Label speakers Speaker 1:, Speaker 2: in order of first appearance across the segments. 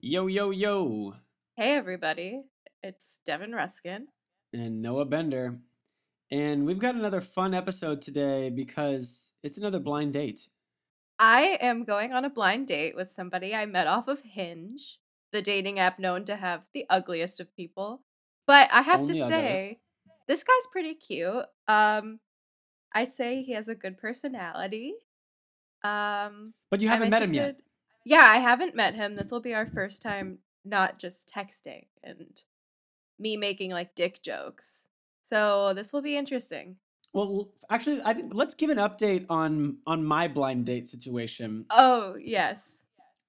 Speaker 1: Yo, yo, yo,
Speaker 2: Hey, everybody. It's Devin Ruskin.
Speaker 1: and Noah Bender. And we've got another fun episode today because it's another blind date.
Speaker 2: I am going on a blind date with somebody I met off of Hinge, the dating app known to have the ugliest of people. But I have
Speaker 1: Only
Speaker 2: to
Speaker 1: others.
Speaker 2: say, this guy's pretty cute. Um, I say he has a good personality. Um,
Speaker 1: But you haven't
Speaker 2: I'm
Speaker 1: met him yet.
Speaker 2: interested- Yeah, I haven't met him. This will be our first time not just texting and me making like dick jokes. So this will be interesting.
Speaker 1: Well, l- actually, I think let's give an update on on my blind date situation.
Speaker 2: Oh, yes.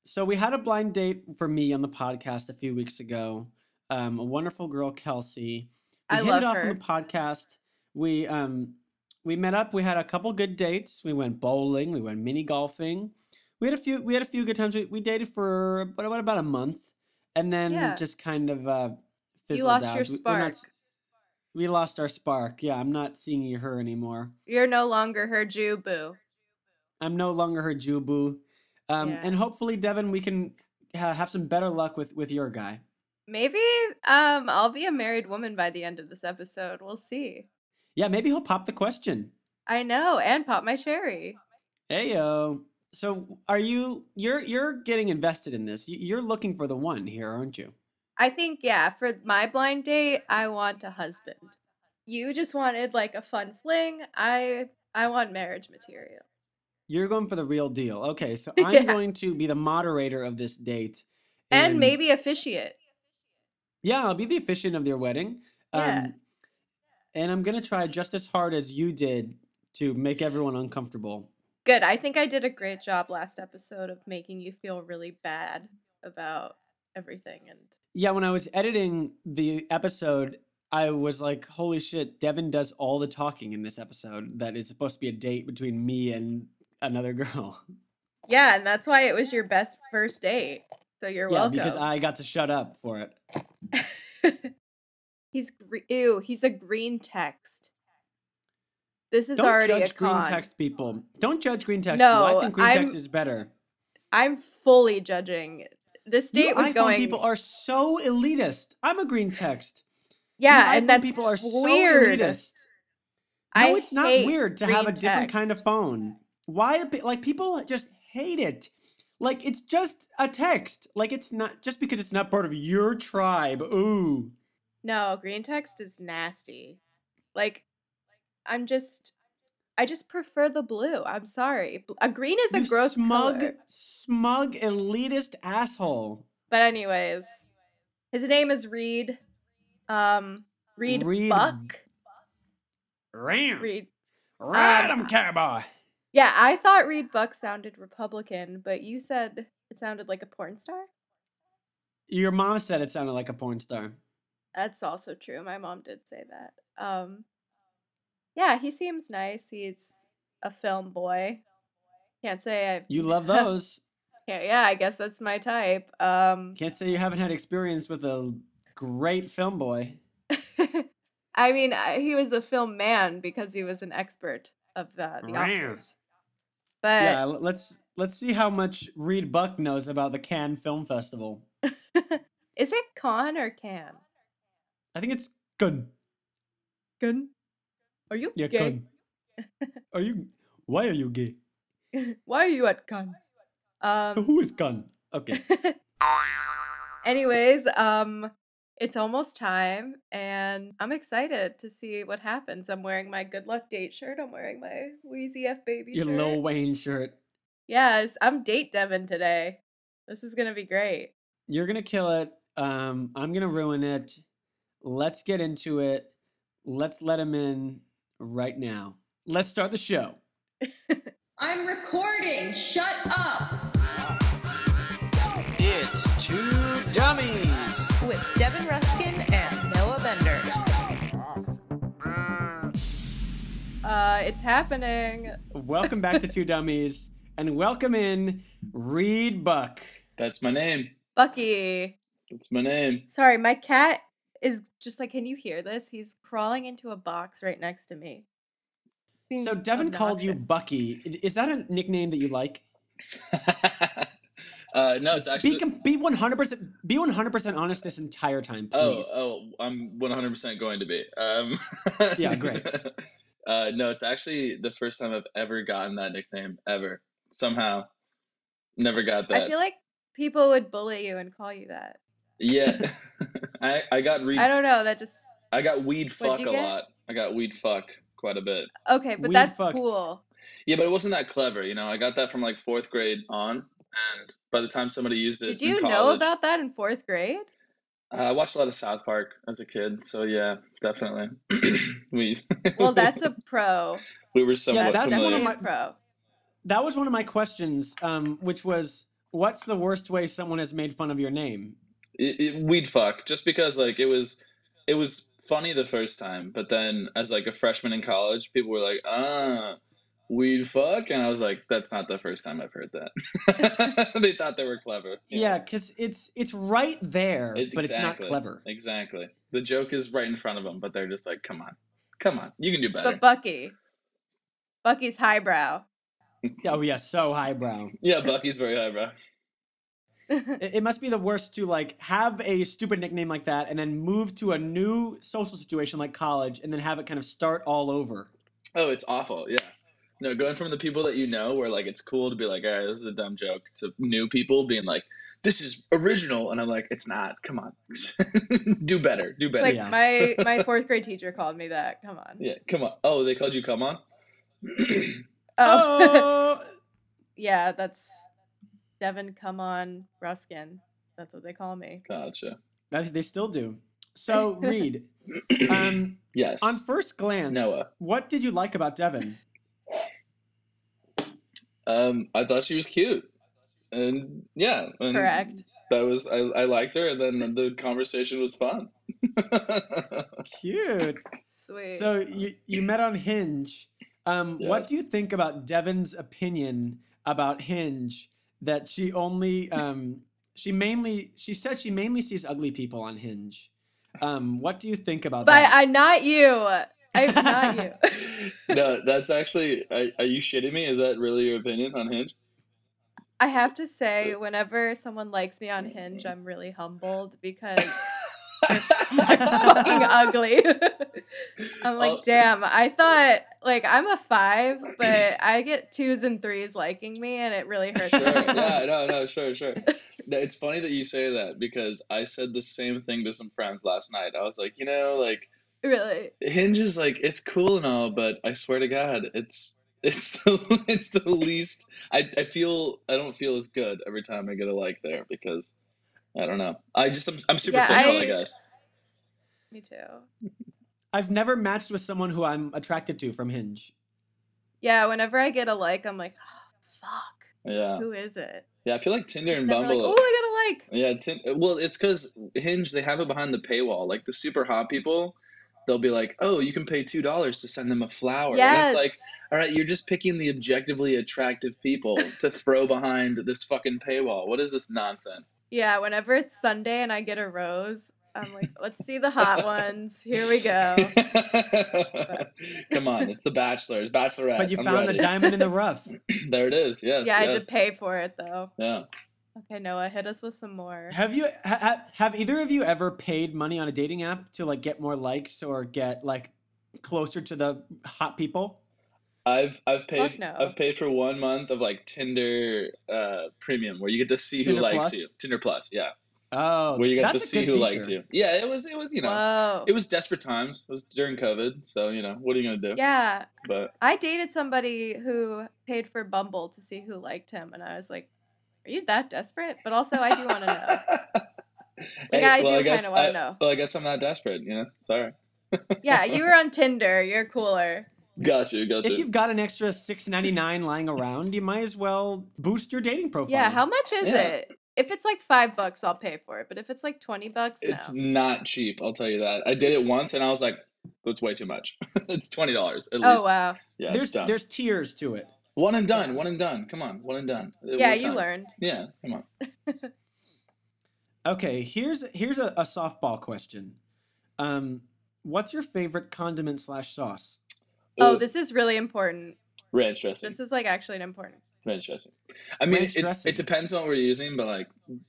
Speaker 1: So we had a blind date for me on the podcast a few weeks ago. Um, a wonderful girl, Kelsey. We
Speaker 2: I
Speaker 1: hit
Speaker 2: love
Speaker 1: it off on
Speaker 2: her.
Speaker 1: the podcast. We um we met up. We had a couple good dates. We went bowling. We went mini golfing. We had a few. We had a few good times. We, we dated for about, about about a month, and then
Speaker 2: Yeah.
Speaker 1: just kind of uh, fizzled
Speaker 2: You lost
Speaker 1: out.
Speaker 2: your
Speaker 1: We- we're not
Speaker 2: spark.
Speaker 1: s- we lost our spark. Yeah, I'm not seeing her anymore.
Speaker 2: You're no longer her Jew boo.
Speaker 1: I'm no longer her Jubu. Um,
Speaker 2: Yeah.
Speaker 1: And hopefully, Devin, we can ha- have some better luck with with your guy.
Speaker 2: Maybe um I'll be a married woman by the end of this episode. We'll see.
Speaker 1: Yeah, maybe he'll pop the question.
Speaker 2: I know, and pop my cherry.
Speaker 1: Heyo. So, are you you're you're getting invested in this? You- You're looking for the one here, aren't you?
Speaker 2: I think yeah, for my blind date, I want a husband. You just wanted like a fun fling. I I want marriage material.
Speaker 1: You're going for the real deal. Okay, so I'm
Speaker 2: Yeah.
Speaker 1: going to be the moderator of this date,
Speaker 2: And, maybe officiate.
Speaker 1: yeah, I'll be the officiant of their wedding.
Speaker 2: Yeah.
Speaker 1: Um, and I'm gonna try just as hard as you did to make everyone uncomfortable.
Speaker 2: Good. I think I did a great job last episode of making you feel really bad about everything and
Speaker 1: Yeah, when I was editing the episode, I was like, holy shit, Devin does all the talking in this episode that is supposed to be a date between me and another girl.
Speaker 2: Yeah, and that's why it was your best first date. So you're
Speaker 1: yeah,
Speaker 2: welcome.
Speaker 1: because I got to shut up for it.
Speaker 2: He's gre- ew. He's a green text. This is
Speaker 1: Don't
Speaker 2: already a
Speaker 1: judge green
Speaker 2: con.
Speaker 1: text people. Don't judge green text people. I
Speaker 2: No,
Speaker 1: think green text
Speaker 2: I'm-
Speaker 1: is better.
Speaker 2: I'm fully judging. This
Speaker 1: You
Speaker 2: date was
Speaker 1: iPhone
Speaker 2: going.
Speaker 1: people are so elitist. I'm a green text. You
Speaker 2: yeah,
Speaker 1: iPhone
Speaker 2: and that's
Speaker 1: people are so
Speaker 2: weird.
Speaker 1: elitist. No,
Speaker 2: I
Speaker 1: it's not
Speaker 2: hate
Speaker 1: weird to have a
Speaker 2: green
Speaker 1: different kind of
Speaker 2: text.
Speaker 1: phone. Why do pe- like people just hate it? Like it's just a text. Like it's not just because it's not part of your tribe. Ooh.
Speaker 2: No, green text is nasty. Like, I'm just. I just prefer the blue. I'm sorry. Bl- A green is a
Speaker 1: you
Speaker 2: gross
Speaker 1: smug,
Speaker 2: color.
Speaker 1: smug elitist asshole.
Speaker 2: But anyways, his name is Reed. Um, Reed,
Speaker 1: Reed
Speaker 2: Buck.
Speaker 1: Ram.
Speaker 2: Reed. um,
Speaker 1: Random cowboy.
Speaker 2: Yeah, I thought Reed Buck sounded Republican, but you said it sounded like a porn star.
Speaker 1: Your mom said it sounded like a porn star.
Speaker 2: That's also true. My mom did say that. Um, yeah, he seems nice. He's a film boy. Can't say I.
Speaker 1: You love those.
Speaker 2: Yeah, yeah, I guess that's my type. Um,
Speaker 1: Can't say you haven't had experience with a great film boy.
Speaker 2: I mean, I, he was a film man because he was an expert of uh, the
Speaker 1: Rams.
Speaker 2: Oscars. But
Speaker 1: yeah, l- let's let's see how much Reed Buck knows about the Cannes Film Festival.
Speaker 2: is it con or can?
Speaker 1: I think it's gun.
Speaker 2: Gun. Are you
Speaker 1: Yeah,
Speaker 2: gay?
Speaker 1: gun. Are you? Why are you gay?
Speaker 2: Why are you at con? Um,
Speaker 1: so who is gun? Okay.
Speaker 2: Anyways, um it's almost time and I'm excited to see what happens. I'm wearing my good luck date shirt. I'm wearing my Wheezy F baby
Speaker 1: Your
Speaker 2: shirt.
Speaker 1: Lil Wayne shirt.
Speaker 2: Yes, I'm date Devin today. This is gonna be great.
Speaker 1: You're gonna kill it. Um, I'm gonna ruin it. Let's get into it. Let's let him in right now. Let's start the show.
Speaker 3: I'm recording. Shut up.
Speaker 4: It's two dummies.
Speaker 3: With Devin Ruskin and Noah Bender.
Speaker 2: Uh it's happening.
Speaker 1: Welcome back to Two Dummies, and welcome in Reed Buck.
Speaker 5: That's my name.
Speaker 2: Bucky.
Speaker 5: That's my name.
Speaker 2: Sorry, my cat is just like, can you hear this? He's crawling into a box right next to me. Being
Speaker 1: So Devin called you
Speaker 2: obnoxious.
Speaker 1: Bucky. I- Is that a nickname that you like?
Speaker 5: Uh, no, it's actually.
Speaker 1: Be com- be one hundred percent be one hundred percent honest this entire time,
Speaker 5: oh,
Speaker 1: please.
Speaker 5: oh, I'm 100% going to be. Um,
Speaker 1: Yeah, great.
Speaker 5: uh, no, it's actually the first time I've ever gotten that nickname ever. Somehow, never got that.
Speaker 2: I feel like people would bully you and call you that.
Speaker 5: yeah, I I got re-
Speaker 2: I don't know. That just
Speaker 5: I got weed
Speaker 2: What'd
Speaker 5: fuck
Speaker 2: you
Speaker 5: a
Speaker 2: get?
Speaker 5: lot. I got weed fuck quite a bit.
Speaker 2: okay, but
Speaker 1: Weird
Speaker 2: that's
Speaker 1: fuck.
Speaker 2: cool.
Speaker 5: Yeah, but it wasn't that clever, you know. I got that from like fourth grade on, and by the time somebody used it,
Speaker 2: Did
Speaker 5: in
Speaker 2: you know
Speaker 5: college-
Speaker 2: about that in fourth grade?
Speaker 5: Uh, I watched a lot of South Park as a kid, so yeah, definitely. we
Speaker 2: Well, that's a pro.
Speaker 5: we were somewhat
Speaker 1: that's one of
Speaker 5: familiar.
Speaker 2: Definitely
Speaker 1: my-
Speaker 2: a pro.
Speaker 1: That was one of my questions, um, which was what's the worst way someone has made fun of your name?
Speaker 5: it, it, we'd fuck just because like it was it was funny the first time but then as like a freshman in college people were like ah weed fuck and i was like that's not the first time i've heard that they thought they were clever you
Speaker 1: Yeah,
Speaker 5: know?
Speaker 1: because it's it's right there,
Speaker 5: It-
Speaker 1: but it's not
Speaker 5: exactly,
Speaker 1: clever.
Speaker 5: exactly the joke is right in front of them but they're just like come on come on you can do better
Speaker 2: But Bucky, Bucky's highbrow.
Speaker 1: Oh yeah, so highbrow.
Speaker 5: yeah bucky's very high bro
Speaker 1: It, it must be the worst to like have a stupid nickname like that, and then move to a new social situation like college, and then have it kind of start all over.
Speaker 5: oh it's awful yeah no going from the people that you know where like it's cool to be like all right this is a dumb joke to new people being like this is original and i'm like it's not come on do better do
Speaker 2: It's
Speaker 5: better
Speaker 2: like
Speaker 1: Yeah.
Speaker 2: my my fourth grade teacher called me that. Come on.
Speaker 5: yeah come on oh they called you come on
Speaker 2: Oh,
Speaker 1: Oh,
Speaker 2: yeah, that's Devin. Come on, Ruskin. That's what they call me.
Speaker 5: gotcha
Speaker 1: that, they still do. So Reed, um,
Speaker 5: yes
Speaker 1: on first glance,
Speaker 5: Noah.
Speaker 1: what did you like about Devin?
Speaker 5: um i thought she was cute and yeah and
Speaker 2: Correct.
Speaker 5: that was I, I liked her and then the conversation was fun
Speaker 1: Cute.
Speaker 2: Sweet.
Speaker 1: So you you met on Hinge. Um, What do
Speaker 5: Yes.
Speaker 1: you think about Devin's opinion about Hinge? That she only um, she mainly she said she mainly sees ugly people on Hinge. Um, what do you think about
Speaker 2: but
Speaker 1: that?
Speaker 2: I not you. I'm not you.
Speaker 5: no that's actually are, are you shitting me is that really your opinion on hinge
Speaker 2: I have to say, whenever someone likes me on Hinge, I'm really humbled because fucking ugly. I'm like,
Speaker 5: Oh.
Speaker 2: damn, I thought like I'm a five, but I get twos and threes liking me and it really hurts.
Speaker 5: sure.
Speaker 2: me.
Speaker 5: Yeah, no, no, sure, sure. No, it's funny that you say that because I said the same thing to some friends last night. I was like, you know, like
Speaker 2: Really.
Speaker 5: Hinge is like it's cool and all, but I swear to God, it's it's the it's the least. I I feel I don't feel as good every time I get a like there because I don't know. I just I'm, I'm
Speaker 2: Yeah,
Speaker 5: superficial, I,
Speaker 2: I-
Speaker 5: guess.
Speaker 2: Me too.
Speaker 1: I've never matched with someone who I'm attracted to from Hinge.
Speaker 2: Yeah, whenever I get a like, I'm like, oh, fuck.
Speaker 5: Yeah,
Speaker 2: Who is it?
Speaker 5: yeah. I feel like Tinder
Speaker 2: It's
Speaker 5: and
Speaker 2: never like,
Speaker 5: Bumble.
Speaker 2: oh, I got a like.
Speaker 5: Yeah, tin well, it's because Hinge they have it behind the paywall. Like the super hot people, they'll be like, "Oh, you can pay two dollars to send them a flower." And
Speaker 2: Yes.
Speaker 5: it's like, all right, you're just picking the objectively attractive people to throw behind this fucking paywall. What is this nonsense?
Speaker 2: Yeah, whenever it's Sunday and I get a rose, I'm like, let's see the hot ones. Here we go.
Speaker 5: Come on, it's the Bachelor, it's Bachelorette.
Speaker 1: But you
Speaker 5: I'm
Speaker 1: found a
Speaker 5: ready.
Speaker 1: diamond in the rough.
Speaker 5: There it is. Yes.
Speaker 2: yeah, I had
Speaker 5: yes.
Speaker 2: to pay for it though.
Speaker 5: Yeah.
Speaker 2: Okay, Noah, hit us with some more.
Speaker 1: Have you ha- ha- have either of you ever paid money on a dating app to like get more likes or get like closer to the hot people?
Speaker 5: I've I've paid
Speaker 2: no.
Speaker 5: I've paid for one month of like Tinder uh premium where you get to see who
Speaker 1: Tinder
Speaker 5: likes
Speaker 1: Plus?
Speaker 5: you. Tinder Plus, yeah.
Speaker 1: Oh,
Speaker 5: where you got to
Speaker 1: that's a
Speaker 5: see
Speaker 1: good
Speaker 5: who
Speaker 1: feature.
Speaker 5: liked you. Yeah, it was it was you know
Speaker 2: Whoa.
Speaker 5: it was desperate times. It was during COVID, so you know what are you gonna do?
Speaker 2: yeah,
Speaker 5: But
Speaker 2: I dated somebody who paid for Bumble to see who liked him, and I was like, "Are you that desperate?" But also, I do want to know.
Speaker 5: Hey,
Speaker 2: I
Speaker 5: well,
Speaker 2: do
Speaker 5: I guess
Speaker 2: kinda wanna
Speaker 5: I-
Speaker 2: know.
Speaker 5: Well, I guess I'm not desperate. You know, sorry.
Speaker 2: Yeah, you were on Tinder. You're cooler.
Speaker 5: Got you, got
Speaker 1: If
Speaker 5: you.
Speaker 1: you've got an extra six ninety nine lying around, you might as well boost your dating profile.
Speaker 2: Yeah, how much is
Speaker 5: Yeah.
Speaker 2: it? If it's like five bucks, I'll pay for it. But if it's like twenty bucks, no.
Speaker 5: It's not cheap. I'll tell you that. I did it once, and I was like, that's way too much. it's twenty dollars at
Speaker 2: Oh
Speaker 5: least.
Speaker 2: wow.
Speaker 5: Yeah,
Speaker 1: there's
Speaker 5: it's done.
Speaker 1: there's tiers to it.
Speaker 5: one and done. One and done. Come on, one and done. It
Speaker 2: yeah,
Speaker 5: worked
Speaker 2: you
Speaker 5: out.
Speaker 2: learned.
Speaker 5: Yeah, come on.
Speaker 1: Okay, here's here's a, a softball question. Um, what's your favorite condiment slash sauce?
Speaker 2: Oh,
Speaker 5: Ooh,
Speaker 2: this is really important.
Speaker 5: ranch dressing.
Speaker 2: This is like actually an important
Speaker 5: ranch dressing. I mean,
Speaker 1: Ranch
Speaker 5: it,
Speaker 1: dressing.
Speaker 5: it depends on what we're using, but like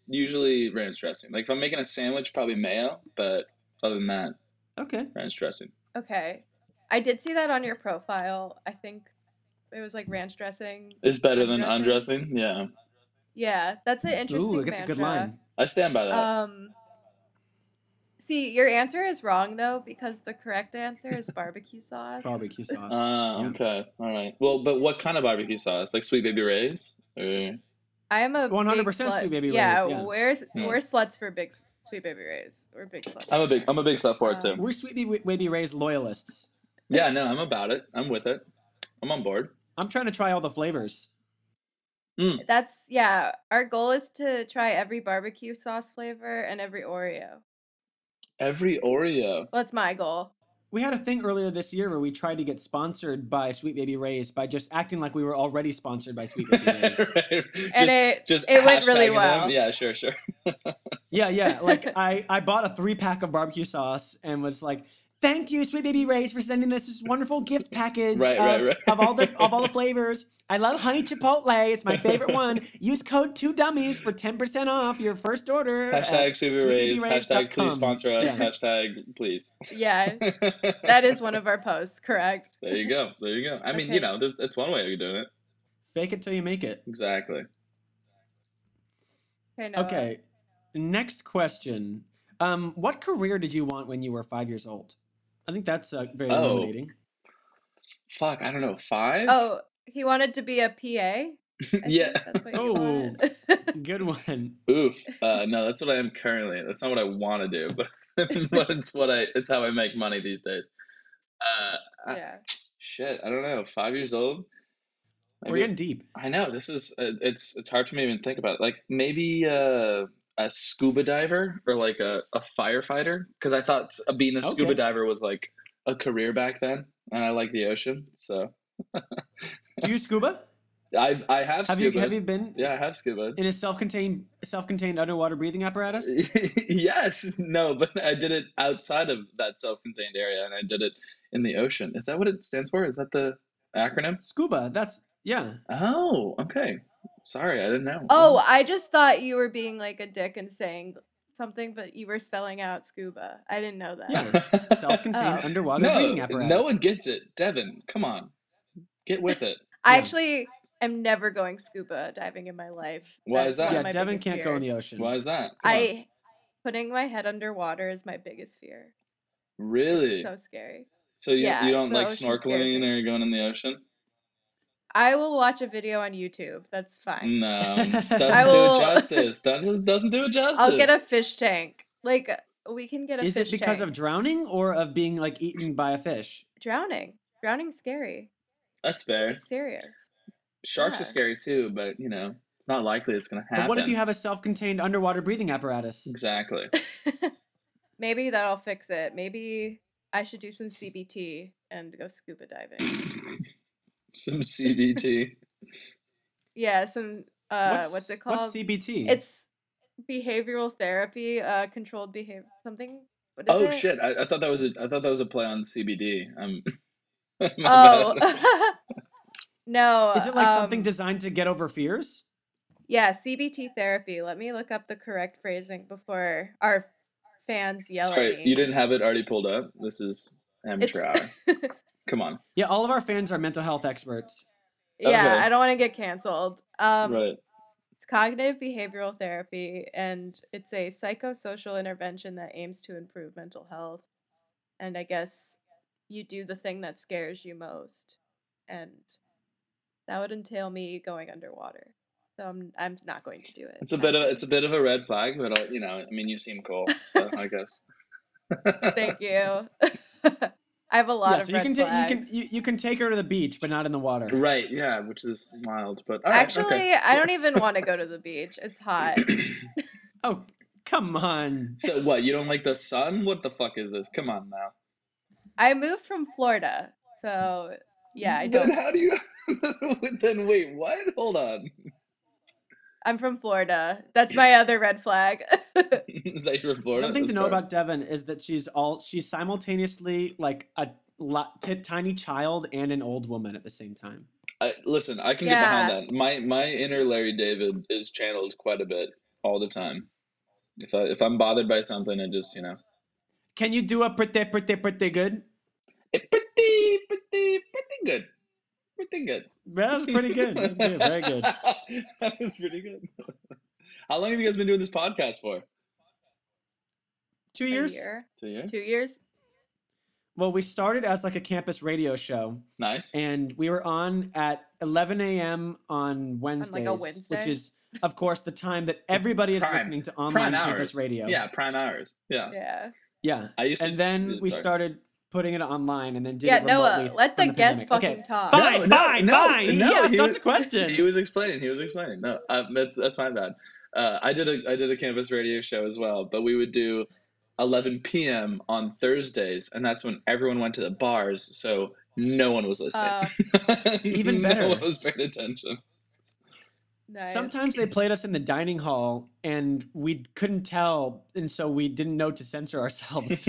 Speaker 5: usually ranch dressing. Like if I'm making a sandwich, probably mayo, but other than that,
Speaker 1: Okay.
Speaker 5: ranch dressing.
Speaker 2: Okay. I did see that on your profile. I think it was like ranch dressing.
Speaker 5: It's better than
Speaker 2: Undressing?
Speaker 5: undressing. Yeah,
Speaker 2: Yeah, that's an interesting
Speaker 1: Ooh, it gets a good
Speaker 2: mantra.
Speaker 1: line.
Speaker 5: I stand by that.
Speaker 2: Um See, your answer is wrong though because the correct answer is barbecue sauce.
Speaker 1: Barbecue sauce.
Speaker 5: Ah,
Speaker 1: yeah.
Speaker 5: okay, all right. Well, but what kind of barbecue sauce? Like sweet baby Ray's? Or...
Speaker 2: I am a big
Speaker 1: 100%
Speaker 2: slut-
Speaker 1: Sweet Baby Ray's,
Speaker 2: Yeah,
Speaker 1: yeah.
Speaker 2: where's
Speaker 5: Hmm.
Speaker 2: we're sluts for big s- sweet baby rays. We're big sluts.
Speaker 5: I'm a
Speaker 2: for
Speaker 5: big,
Speaker 2: it.
Speaker 5: I'm a big stuff for it
Speaker 2: Um,
Speaker 5: too.
Speaker 1: We're Sweet Baby, Baby Ray's loyalists.
Speaker 5: Yeah, no, I'm about it. I'm with it. I'm on board.
Speaker 1: I'm trying to try all the flavors.
Speaker 2: That's yeah. Our goal is to try every barbecue sauce flavor and every Oreo.
Speaker 5: Every Oreo.
Speaker 2: Well, that's my goal.
Speaker 1: We had a thing earlier this year where we tried to get sponsored by Sweet Baby Ray's by just acting like we were already sponsored by Sweet Baby
Speaker 5: Right.
Speaker 1: Ray's.
Speaker 2: And
Speaker 5: Just-
Speaker 2: it
Speaker 5: just
Speaker 2: it went really
Speaker 5: hashtagging them.
Speaker 2: well.
Speaker 5: Yeah, sure, sure.
Speaker 1: Yeah, yeah. Like I, I bought a three pack of barbecue sauce and was like, "Thank you, Sweet Baby Ray's, for sending us this wonderful gift package
Speaker 5: Right,
Speaker 1: of,
Speaker 5: right, right.
Speaker 1: of all the of all the flavors. I love honey chipotle; it's my favorite one. Use code two dummies for ten percent off your first order. at
Speaker 5: Hashtag Sweet Baby Ray's. Hashtag
Speaker 1: sweetbabyrays.com."
Speaker 5: please sponsor us.
Speaker 1: Yeah.
Speaker 5: Hashtag please.
Speaker 2: Yeah, that is one of our posts, correct?
Speaker 5: there you go. There you go. I mean, you
Speaker 2: Okay.
Speaker 5: know, there's, that's one way of doing it.
Speaker 1: Fake it till you make it.
Speaker 5: Exactly.
Speaker 2: Okay, Noah.
Speaker 1: Okay. Next question. Um, what career did you want when you were five years old? I think that's uh, very
Speaker 5: Oh.
Speaker 1: illuminating.
Speaker 5: Fuck, I don't know. Five?
Speaker 2: Oh, he wanted to be a PA. I
Speaker 5: yeah.
Speaker 2: think That's what you
Speaker 1: Oh.
Speaker 2: wanted.
Speaker 1: Good one.
Speaker 5: Oof. Uh, no, that's what I am currently. That's not what I want to do, but, but it's what I. It's how I make money these days. Uh, I-
Speaker 2: yeah.
Speaker 5: shit. I don't know. Five years old.
Speaker 1: We're
Speaker 5: Maybe-
Speaker 1: getting deep.
Speaker 5: I know this is uh, it's it's hard for me to even think about it. Like maybe uh, a scuba diver or like a, a firefighter because I thought s- being a scuba
Speaker 1: Okay.
Speaker 5: diver was like a career back then, and I like the ocean, so
Speaker 1: Do you scuba?
Speaker 5: I I have
Speaker 1: Have you have
Speaker 5: scuba.
Speaker 1: you been
Speaker 5: Yeah, I have scuba.
Speaker 1: in a self-contained self-contained underwater breathing apparatus?
Speaker 5: Yes, no, but I did it outside of that self-contained area, and I did it in the ocean. Is that what it stands for? Is that the acronym?
Speaker 1: Scuba. That's yeah.
Speaker 5: Oh, okay. Sorry, I didn't know.
Speaker 2: Oh, I just thought you were being like a dick and saying something, but you were spelling out scuba. I didn't know that.
Speaker 1: Yeah. Self-contained
Speaker 2: Oh.
Speaker 1: underwater
Speaker 5: No,
Speaker 1: breathing apparatus.
Speaker 5: no one gets it. Devin, come on. Get with it.
Speaker 2: I
Speaker 1: Yeah.
Speaker 2: actually am never going scuba diving in my life.
Speaker 5: Why is
Speaker 2: one of
Speaker 5: that?
Speaker 1: yeah,
Speaker 2: my
Speaker 1: Devin
Speaker 2: biggest
Speaker 1: can't go in the
Speaker 2: fears.
Speaker 1: ocean.
Speaker 5: Why is that? Come on.
Speaker 2: I putting my head underwater is my biggest fear.
Speaker 5: really?
Speaker 2: It's
Speaker 5: So,
Speaker 2: so scary.
Speaker 5: you,
Speaker 2: yeah,
Speaker 5: you don't
Speaker 2: the
Speaker 5: like
Speaker 2: ocean scares
Speaker 5: snorkeling
Speaker 2: me.
Speaker 5: or going in the ocean?
Speaker 2: I will watch a video on YouTube. That's fine.
Speaker 5: No, just doesn't
Speaker 1: I
Speaker 5: do
Speaker 2: will-
Speaker 5: it justice. That just doesn't do it justice.
Speaker 2: I'll get a fish tank. Like uh, we can get a
Speaker 1: Is it
Speaker 2: fish
Speaker 1: because
Speaker 2: tank.
Speaker 1: of drowning or of being like eaten by a fish?
Speaker 2: drowning? Drowning's scary.
Speaker 5: That's fair.
Speaker 2: It's serious.
Speaker 5: Sharks
Speaker 2: yeah.
Speaker 5: are scary too, but you know it's not likely it's gonna happen.
Speaker 1: But what if you have a self-contained underwater breathing apparatus?
Speaker 5: exactly?
Speaker 2: Maybe that'll fix it. Maybe I should do some CBT and go scuba diving.
Speaker 5: Some CBT.
Speaker 2: Yeah, some uh what's, it called?
Speaker 1: What's CBT?
Speaker 2: It's behavioral therapy, uh controlled behavior something. What is
Speaker 5: oh
Speaker 2: it?
Speaker 5: shit! I, I thought that was a I thought that was a play on CBD. Um, my bad.
Speaker 2: Oh. no.
Speaker 1: Is it like something
Speaker 2: um,
Speaker 1: designed to get over fears?
Speaker 2: Yeah, CBT therapy. Let me look up the correct phrasing before our fans yell at
Speaker 5: Sorry,
Speaker 2: me.
Speaker 5: you didn't have it already pulled up. This is amateur hour. Come on.
Speaker 1: Yeah, all of our fans are mental health experts.
Speaker 2: Yeah,
Speaker 5: Okay.
Speaker 2: I don't want to get canceled. Um,
Speaker 5: right.
Speaker 2: It's cognitive behavioral therapy, and it's a psychosocial intervention that aims to improve mental health. And I guess you do the thing that scares you most, and that would entail me going underwater. So I'm I'm not going to do it.
Speaker 5: It's a bit of
Speaker 2: actually.
Speaker 5: it's a bit of a red flag, but uh, you know, I mean, you seem cool, so I guess.
Speaker 2: Thank you. I have a lot
Speaker 1: yeah,
Speaker 2: of
Speaker 1: so you
Speaker 2: red
Speaker 1: can ta- you can
Speaker 2: flags.
Speaker 1: you, you can take her to the beach, but not in the water.
Speaker 5: Right? Yeah, which is wild, but all right,
Speaker 2: Actually,
Speaker 5: okay.
Speaker 2: I don't even want to go to the beach. It's hot.
Speaker 1: Oh, come on.
Speaker 5: So what? You don't like the sun? What the fuck is this? Come on now.
Speaker 2: I moved from Florida, so yeah, I
Speaker 5: Then
Speaker 2: don't.
Speaker 5: how do you? then wait, what? Hold on.
Speaker 2: I'm from Florida. That's my other red flag.
Speaker 5: is that your Florida?
Speaker 1: Something to
Speaker 5: That's
Speaker 1: know
Speaker 5: far.
Speaker 1: about Devin is that she's all she's simultaneously like a lot, t- tiny child and an old woman at the same time.
Speaker 5: I, listen, I can
Speaker 2: Yeah.
Speaker 5: get behind that. My my inner Larry David is channeled quite a bit all the time. If I if I'm bothered by something, I just you know,
Speaker 1: Can you do a pretty, pretty, pretty good?
Speaker 5: "Eh, pretty pretty pretty good, pretty good.
Speaker 1: That was pretty good. That was good. Very good.
Speaker 5: that was pretty good. How long have you guys been doing this podcast for?
Speaker 1: Two
Speaker 2: A
Speaker 1: years.
Speaker 2: year?
Speaker 5: Two years.
Speaker 2: Two years?
Speaker 1: Well, we started as like a campus radio show,
Speaker 5: Nice.
Speaker 1: and we were on at 11 a.m. on Wednesdays, which
Speaker 2: Wednesday?
Speaker 1: is, of course, the time that everybody is
Speaker 5: Prime-
Speaker 1: listening to online campus
Speaker 5: hours.
Speaker 1: radio.
Speaker 5: Yeah, prime hours.
Speaker 1: Uh,
Speaker 5: Yeah.
Speaker 2: Yeah.
Speaker 1: yeah.
Speaker 5: I used
Speaker 1: And
Speaker 5: to.
Speaker 1: then we
Speaker 5: sorry.
Speaker 1: started putting it online, and then did
Speaker 2: Yeah,
Speaker 1: it
Speaker 2: Noah,
Speaker 1: remotely
Speaker 2: let's
Speaker 1: from
Speaker 2: a
Speaker 1: the
Speaker 2: guest
Speaker 1: pandemic.
Speaker 2: fucking
Speaker 1: Okay.
Speaker 2: talk.
Speaker 5: No,
Speaker 1: Fine,
Speaker 5: no,
Speaker 1: fine,
Speaker 5: no,
Speaker 1: fine.
Speaker 5: no,
Speaker 1: he asked
Speaker 5: he
Speaker 1: us
Speaker 5: was-
Speaker 1: a question.
Speaker 5: He was explaining. He was explaining. No, uh, that's that's my bad. Uh, I did a I did a campus radio show as well, but we would do 11 p.m. on Thursdays, and that's when everyone went to the bars, so no one was listening.
Speaker 2: Uh,
Speaker 1: Even better.
Speaker 5: no one was paying attention.
Speaker 2: nice.
Speaker 1: Sometimes they played us in the dining hall and we couldn't tell, and so we didn't know to censor ourselves.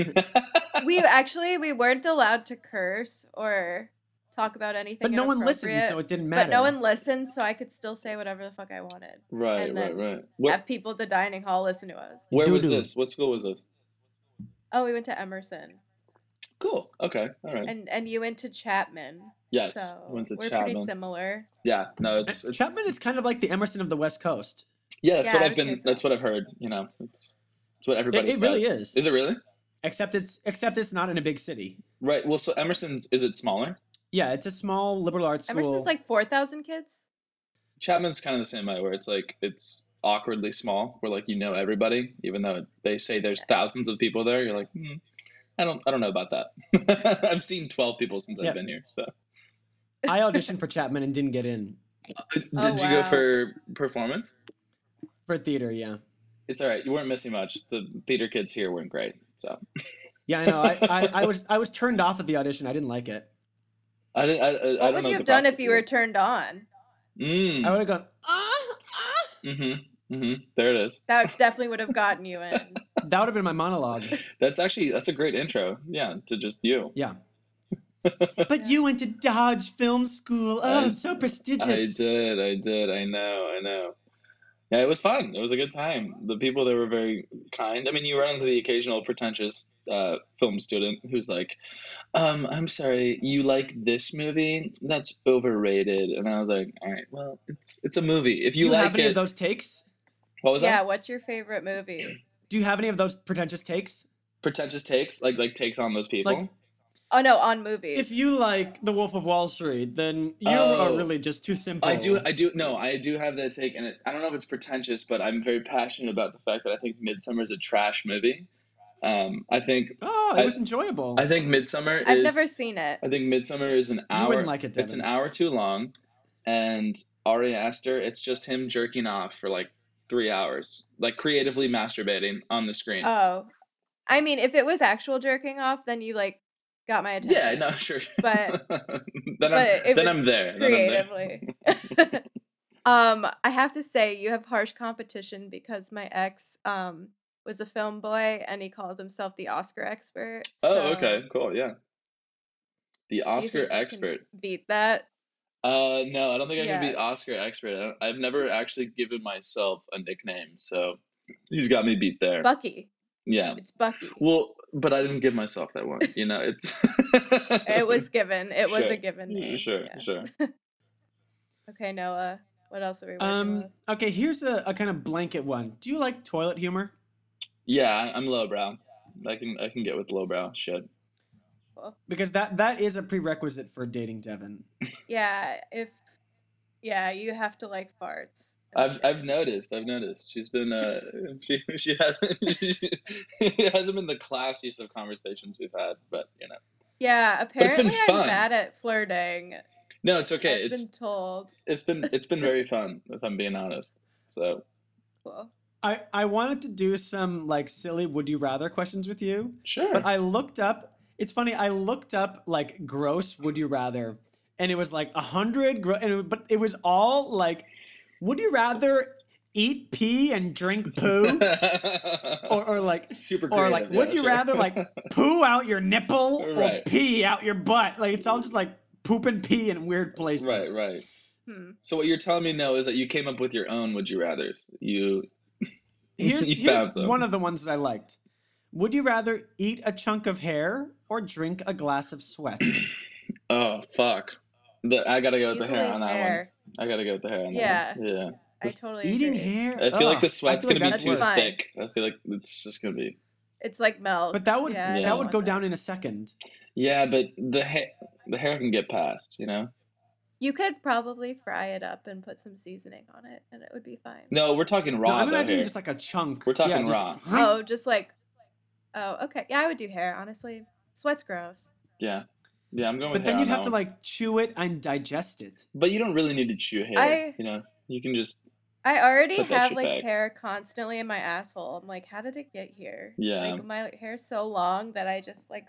Speaker 2: we actually we weren't allowed to curse or talk about anything.
Speaker 1: but no one listened, so
Speaker 2: inappropriate,
Speaker 1: it didn't
Speaker 2: But
Speaker 1: matter.
Speaker 2: no one listened, so I could still say whatever the fuck I wanted.
Speaker 5: Right,
Speaker 2: And then
Speaker 5: right, right. Where,
Speaker 2: Have people at the dining hall listen to us.
Speaker 5: where was
Speaker 1: Doo-doo.
Speaker 5: this? What school was this?
Speaker 2: Oh, we went to Emerson,
Speaker 5: Cool. Okay. All right.
Speaker 2: and and you went to Chapman.
Speaker 5: yes.
Speaker 2: so
Speaker 5: went to
Speaker 2: we're pretty
Speaker 5: Chapman.
Speaker 2: similar.
Speaker 5: Yeah. No,
Speaker 1: Uh,
Speaker 5: it's, it's
Speaker 1: Chapman is kind of like the Emerson of the West Coast.
Speaker 5: Yeah, that's
Speaker 2: Yeah,
Speaker 5: what
Speaker 2: I
Speaker 5: I've
Speaker 2: would
Speaker 5: been.
Speaker 2: say so.
Speaker 5: That's what I've heard. You know, it's it's what everybody
Speaker 1: it
Speaker 5: says.
Speaker 1: really is.
Speaker 5: Is it really?
Speaker 1: Except it's except it's not in a big city.
Speaker 5: Right. Well, so Emerson's is it smaller?
Speaker 1: Yeah, it's a small liberal arts school.
Speaker 2: Emerson's like four thousand kids.
Speaker 5: Chapman's kind of the same way, where it's like it's awkwardly small, where like you know everybody, even though they say there's
Speaker 2: Yes.
Speaker 5: thousands of people there. You're like, hmm, I don't, I don't know about that. I've seen twelve people since
Speaker 1: Yeah.
Speaker 5: I've been here. So,
Speaker 1: I auditioned for Chapman and didn't get in
Speaker 5: did
Speaker 2: Oh,
Speaker 5: you go
Speaker 2: wow.
Speaker 5: for performance?
Speaker 1: for theater. Yeah,
Speaker 5: It's all right. You weren't missing much. The theater kids here weren't great. So
Speaker 1: yeah, I know. I, I, I was I was turned off at the audition. I didn't like it.
Speaker 5: I didn't. I, I, I
Speaker 2: What
Speaker 5: don't
Speaker 2: would
Speaker 5: know
Speaker 2: you
Speaker 5: the
Speaker 2: have done if
Speaker 5: process
Speaker 2: you were
Speaker 5: either.
Speaker 2: turned on?
Speaker 5: Mm,
Speaker 1: I would have gone. Ah, ah.
Speaker 5: mm-hmm, mm-hmm. There it is.
Speaker 2: That definitely would have gotten you in.
Speaker 1: That would have been my monologue.
Speaker 5: That's actually that's a great intro. Yeah, to just you.
Speaker 1: Yeah. but you went to Dodge Film School. Oh,
Speaker 5: I-
Speaker 1: so
Speaker 5: I
Speaker 1: prestigious.
Speaker 5: did, I did, I know, I know. Yeah, it was fun. It was a good time. The people there were very kind. I mean, you run into the occasional pretentious uh, film student who's like, um, "I'm sorry, you like this movie? That's overrated." And I was like, "All right, well, it's it's a movie. If
Speaker 1: Do
Speaker 5: you,
Speaker 1: you have
Speaker 5: like
Speaker 1: any of
Speaker 5: it,
Speaker 1: those takes?
Speaker 5: what was
Speaker 2: yeah,
Speaker 5: that?
Speaker 2: what's your favorite movie?
Speaker 1: Do you have any of those pretentious takes?
Speaker 5: Pretentious takes, like like takes on those people.
Speaker 2: Oh no, on movies.
Speaker 1: If you like The Wolf of Wall Street, then you are
Speaker 5: Oh.
Speaker 1: really just too simple.
Speaker 5: I do, I do. No, I do have that take, and it, I don't know if it's pretentious, but I'm very passionate about the fact that I think Midsummer is a trash movie. Um, I think
Speaker 1: oh, it
Speaker 5: I-
Speaker 1: was enjoyable.
Speaker 5: I think Midsummer
Speaker 2: I've
Speaker 5: is.
Speaker 2: never seen it.
Speaker 5: I think Midsummer is an hour.
Speaker 1: you wouldn't like it, Devin.
Speaker 5: it's an hour too long, and Ari Aster. It's just him jerking off for like three hours, like creatively masturbating on the screen.
Speaker 2: Oh, I mean, if it was actual jerking off, then you like got my attention.
Speaker 5: yeah, no, sure.
Speaker 2: But
Speaker 5: then
Speaker 2: but
Speaker 5: I'm
Speaker 2: it
Speaker 5: then
Speaker 2: was
Speaker 5: I'm there. Then I'm there.
Speaker 2: creatively. um, I have to say you have harsh competition because my ex um was a film boy and he calls himself the Oscar expert.
Speaker 5: Oh,
Speaker 2: so
Speaker 5: okay, cool, yeah. The
Speaker 2: do you
Speaker 5: Oscar
Speaker 2: think you can
Speaker 5: expert.
Speaker 2: Beat that.
Speaker 5: Uh, no, I don't think I can
Speaker 2: Yeah.
Speaker 5: beat Oscar expert. I don't- I've never actually given myself a nickname, so he's got me beat there.
Speaker 2: Bucky.
Speaker 5: yeah.
Speaker 2: It's Bucky.
Speaker 5: Well, but I didn't give myself that one. You know, it's.
Speaker 2: it was given. It was
Speaker 5: Sure.
Speaker 2: a given
Speaker 5: Yeah,
Speaker 2: name.
Speaker 5: Sure,
Speaker 2: yeah.
Speaker 5: sure.
Speaker 2: Okay, Noah. What else are we working
Speaker 1: um,
Speaker 2: with?
Speaker 1: okay, here's a, a kind of blanket one. Do you like toilet humor?
Speaker 5: Yeah, I- I'm lowbrow. I can I can get with lowbrow shit.
Speaker 1: Because that that is a prerequisite for dating Devin.
Speaker 2: Yeah, if yeah, you have to like farts. and
Speaker 5: I've
Speaker 2: shit.
Speaker 5: I've noticed. I've noticed. She's been uh she she hasn't she, hasn't been the classiest of conversations we've had, but you know.
Speaker 2: yeah,
Speaker 5: it's been
Speaker 2: apparently I'm
Speaker 5: fun.
Speaker 2: bad at flirting.
Speaker 5: No, it's okay.
Speaker 2: I've
Speaker 5: it's
Speaker 2: been told.
Speaker 5: it's been it's been very fun if I'm being honest. So,
Speaker 2: Cool.
Speaker 1: I, I wanted to do some like silly would you rather questions with you.
Speaker 5: sure.
Speaker 1: But I looked up. It's funny. I looked up like gross. Would you rather? And it was like a hundred. Gro- and it, but it was all like, would you rather eat pee and drink poo, or, or like
Speaker 5: Super
Speaker 1: or like
Speaker 5: creative,
Speaker 1: would
Speaker 5: yeah,
Speaker 1: you
Speaker 5: sure.
Speaker 1: rather like poo out your nipple or
Speaker 5: Right.
Speaker 1: pee out your butt? Like it's all just like poop and pee in weird places.
Speaker 5: Right, right.
Speaker 2: Hmm.
Speaker 5: So what you're telling me now is that you came up with your own would you rather. You
Speaker 1: Here's,
Speaker 5: You found
Speaker 1: here's
Speaker 5: some.
Speaker 1: one of the ones that I liked. Would you rather eat a chunk of hair or drink a glass of sweat?
Speaker 5: oh fuck. The, I gotta go with the
Speaker 2: Easily
Speaker 5: hair on that
Speaker 2: hair.
Speaker 5: one. I gotta go with the hair on that one. Yeah.
Speaker 2: I
Speaker 5: This-
Speaker 2: totally
Speaker 1: Eating
Speaker 2: agree.
Speaker 1: hair.
Speaker 5: I feel
Speaker 1: Ugh,
Speaker 5: like the sweat's
Speaker 1: feel like
Speaker 5: gonna be
Speaker 1: that's
Speaker 5: too
Speaker 1: worse.
Speaker 2: fine.
Speaker 5: thick. I feel like it's just gonna be.
Speaker 2: It's like melt.
Speaker 1: But that would
Speaker 2: Yeah, I
Speaker 5: Yeah.
Speaker 1: that
Speaker 2: don't
Speaker 1: would
Speaker 2: want
Speaker 1: go down in a second.
Speaker 5: Yeah, but the hair, the hair can get past. You know.
Speaker 2: You could probably fry it up and put some seasoning on it, and it would be fine.
Speaker 5: No, we're talking raw
Speaker 1: no, I'm
Speaker 5: though
Speaker 1: imagining
Speaker 5: here.
Speaker 1: just like a chunk.
Speaker 5: We're talking
Speaker 1: yeah, just-
Speaker 5: raw.
Speaker 2: Oh, just like, oh, okay. Yeah, I would do hair. Honestly, sweat's gross.
Speaker 5: yeah, yeah. I'm going.
Speaker 1: But
Speaker 5: With
Speaker 1: then
Speaker 5: hair
Speaker 1: you'd
Speaker 5: on that
Speaker 1: have to
Speaker 5: one.
Speaker 1: like chew it and digest it.
Speaker 5: But you don't really need to chew hair.
Speaker 2: I-
Speaker 5: You know, you can just.
Speaker 2: I already
Speaker 5: Put that
Speaker 2: have
Speaker 5: shit
Speaker 2: like
Speaker 5: back.
Speaker 2: hair constantly in my asshole. I'm like, how did it get here?
Speaker 5: Yeah.
Speaker 2: Like my hair's so long that I just like.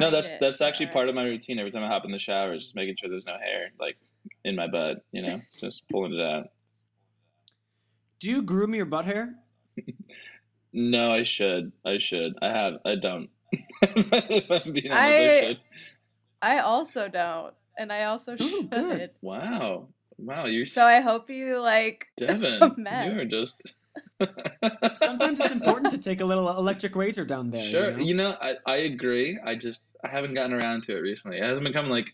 Speaker 5: No, that's that's actually part of my routine. Every time I hop in the shower, is just making sure there's no hair like in my butt. You know, just pulling it out.
Speaker 1: Do you groom your butt hair?
Speaker 5: No, I should. I should. I have. I don't. If I'm being honest, I
Speaker 2: I-
Speaker 5: should.
Speaker 2: I also don't, and I also
Speaker 1: Ooh,
Speaker 2: should.
Speaker 1: good.
Speaker 5: Wow. Wow. You're
Speaker 2: So I hope you like.
Speaker 5: Devin. You
Speaker 2: mess.
Speaker 5: are just.
Speaker 1: Sometimes it's important to take a little electric razor down there. you
Speaker 5: Sure.
Speaker 1: know?
Speaker 5: You know, I, I agree. I just I haven't gotten around to it recently. It hasn't become like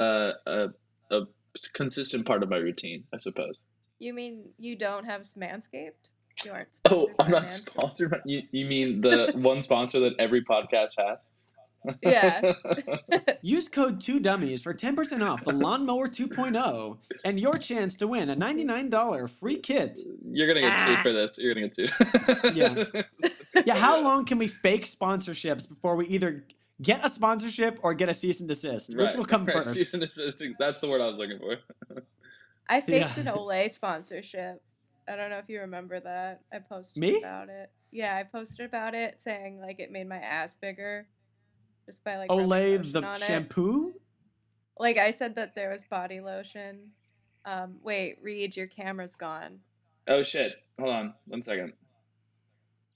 Speaker 5: uh, a a s- consistent part of my routine, I suppose.
Speaker 2: You mean you don't have Manscaped? You aren't.
Speaker 5: Oh,
Speaker 2: sponsored
Speaker 5: I'm
Speaker 2: by
Speaker 5: not
Speaker 2: Manscaped.
Speaker 5: sponsored. By, you you mean the one sponsor that every podcast has?
Speaker 2: Yeah.
Speaker 1: Use code 2Dummies for 10% off the Lawnmower 2.0 and your chance to win a $99 free kit.
Speaker 5: You're gonna get sued
Speaker 1: Ah.
Speaker 5: for this. You're gonna get sued.
Speaker 1: Yeah. Yeah, how long can we fake sponsorships before we either get a sponsorship or get a cease and desist? Which
Speaker 5: Right,
Speaker 1: will come
Speaker 5: right.
Speaker 1: first?
Speaker 5: Cease and desist. That's the word I was looking for.
Speaker 2: I faked an
Speaker 1: Yeah.
Speaker 2: Olay sponsorship. I don't know if you remember that. I posted
Speaker 1: Me?
Speaker 2: about it. Yeah, I posted about it saying like it made my ass bigger just by like rubbing
Speaker 1: Olay
Speaker 2: lotion
Speaker 1: the
Speaker 2: on it.
Speaker 1: shampoo?
Speaker 2: Like I said that there was body lotion. Um wait, Reed, your camera's gone.
Speaker 5: Oh shit! Hold on, one second.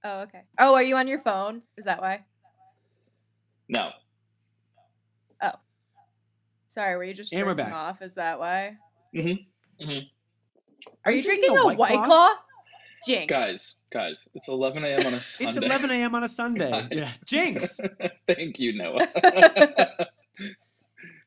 Speaker 2: Oh, okay. Oh, are you on your phone? Is that why?
Speaker 5: No,
Speaker 2: Sorry, were you just
Speaker 1: And we're
Speaker 2: jerking
Speaker 1: back.
Speaker 2: off? Is that why?
Speaker 5: Mhm, mhm.
Speaker 2: Are, you drinking, a white, claw? Jinx.
Speaker 5: guys, guys, it's 11 a.m. on a Sunday.
Speaker 1: It's 11 a.m. on a Sunday. Yeah.
Speaker 5: Guys.
Speaker 1: Jinx!
Speaker 5: Thank you, Noah.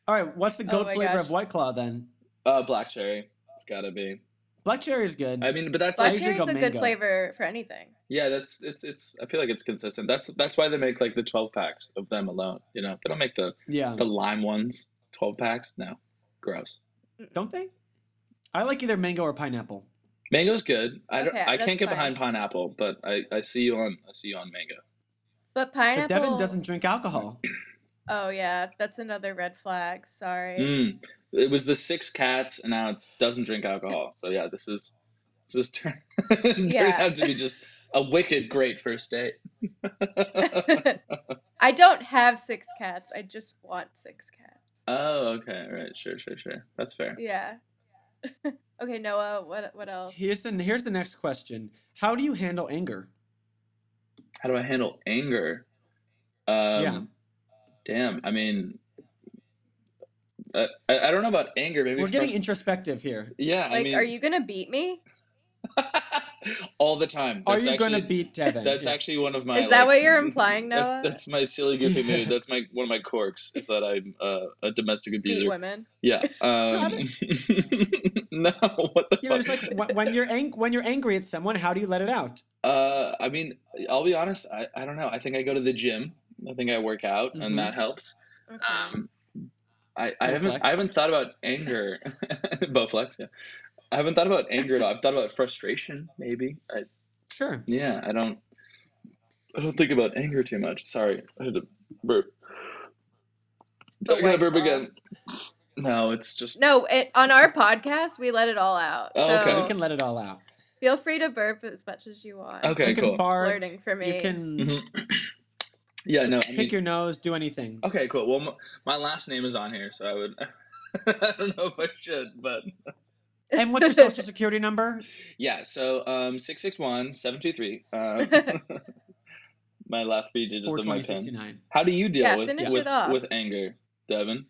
Speaker 1: All right, what's the
Speaker 2: Oh
Speaker 1: goat
Speaker 2: my
Speaker 1: flavor
Speaker 2: gosh.
Speaker 1: of White Claw then?
Speaker 5: uh, black cherry. It's gotta be.
Speaker 1: Black cherry is good.
Speaker 5: I mean, but that's
Speaker 1: I
Speaker 2: Black
Speaker 5: like,
Speaker 1: usually
Speaker 2: cherry's
Speaker 1: go
Speaker 2: a good
Speaker 1: mango.
Speaker 2: flavor for anything.
Speaker 5: yeah, that's it's it's. I feel like it's consistent. That's that's why they make like the 12 packs of them alone. You know, they don't make the
Speaker 1: yeah.
Speaker 5: the lime ones. 12 packs? No, gross.
Speaker 1: Don't they? I like either mango or pineapple.
Speaker 5: Mango's good. I don't.
Speaker 2: Okay,
Speaker 5: I
Speaker 2: that's
Speaker 5: can't get
Speaker 2: fine.
Speaker 5: behind pineapple, but I I see you on I see you on mango.
Speaker 1: But
Speaker 2: But pineapple
Speaker 1: Devin doesn't drink alcohol.
Speaker 2: Oh yeah, that's another red flag. Sorry.
Speaker 5: Mm. It was the six cats, and now it doesn't drink alcohol. So yeah, this is this is turn, turned
Speaker 2: Yeah.
Speaker 5: out to be just a wicked great first date.
Speaker 2: I don't have six cats. I just want six cats.
Speaker 5: Oh, okay, right, sure, sure, sure. That's fair.
Speaker 2: Yeah. okay, Noah. What what else?
Speaker 1: Here's the here's the next question. How do you handle anger?
Speaker 5: How do I handle anger? Um, Damn. I mean, I, I I don't know about anger. Maybe
Speaker 1: We're getting
Speaker 5: frust-
Speaker 1: introspective here.
Speaker 5: yeah.
Speaker 2: Like,
Speaker 5: I mean,
Speaker 2: are you gonna beat me?
Speaker 5: all the time?
Speaker 1: Are
Speaker 5: That's
Speaker 1: you going
Speaker 5: actually-
Speaker 1: to beat Devin?
Speaker 5: That's
Speaker 1: Yeah.
Speaker 5: actually one of my.
Speaker 2: Is that
Speaker 5: like,
Speaker 2: what you're implying, Noah?
Speaker 5: That's, that's my silly goofy
Speaker 1: Yeah.
Speaker 5: mood. That's my one of my quirks is that I'm uh, a domestic
Speaker 2: Beat
Speaker 5: abuser.
Speaker 2: women.
Speaker 5: Yeah. Um, no. What the
Speaker 1: you know,
Speaker 5: fuck?
Speaker 1: just like wh- when you're ang- when you're angry at someone, how do you let it out?
Speaker 5: uh, I mean, I'll be honest. I, I don't know. I think I go to the gym. I think I work out,
Speaker 1: Mhm.
Speaker 5: and that helps.
Speaker 2: Okay.
Speaker 5: Um, I, I
Speaker 1: Bo
Speaker 5: haven't
Speaker 1: flex.
Speaker 5: I haven't thought about anger. Bowflex, yeah. I haven't thought about anger at all. I've thought about frustration, maybe. I,
Speaker 1: Sure.
Speaker 5: yeah, I don't. I don't think about anger too much. Sorry, I had to burp.
Speaker 2: the
Speaker 5: I gotta
Speaker 2: white
Speaker 5: burp
Speaker 2: claw.
Speaker 5: again.
Speaker 1: um,
Speaker 5: No, it's just
Speaker 2: No, it, on our podcast we let it all out.
Speaker 5: Oh, okay.
Speaker 2: so
Speaker 1: You can let it all out.
Speaker 2: feel free to burp as much as you want.
Speaker 5: Okay,
Speaker 1: you can
Speaker 5: cool.
Speaker 1: fart.
Speaker 2: Flirting for me.
Speaker 1: You can
Speaker 5: Mhm. yeah. No, I mean,
Speaker 1: pick your nose. Do anything.
Speaker 5: okay, cool. Well, my, my last name is on here, so I would. I don't know if I should, but
Speaker 1: And what's your social security number?
Speaker 5: yeah. So um, six six one seven two three. Um, my last three digits
Speaker 1: Four
Speaker 5: of my
Speaker 1: twenty
Speaker 5: pen.
Speaker 1: sixty nine.
Speaker 5: How do you deal
Speaker 2: Yeah,
Speaker 5: with
Speaker 2: finish
Speaker 5: with,
Speaker 2: it off.
Speaker 5: with anger, Devin?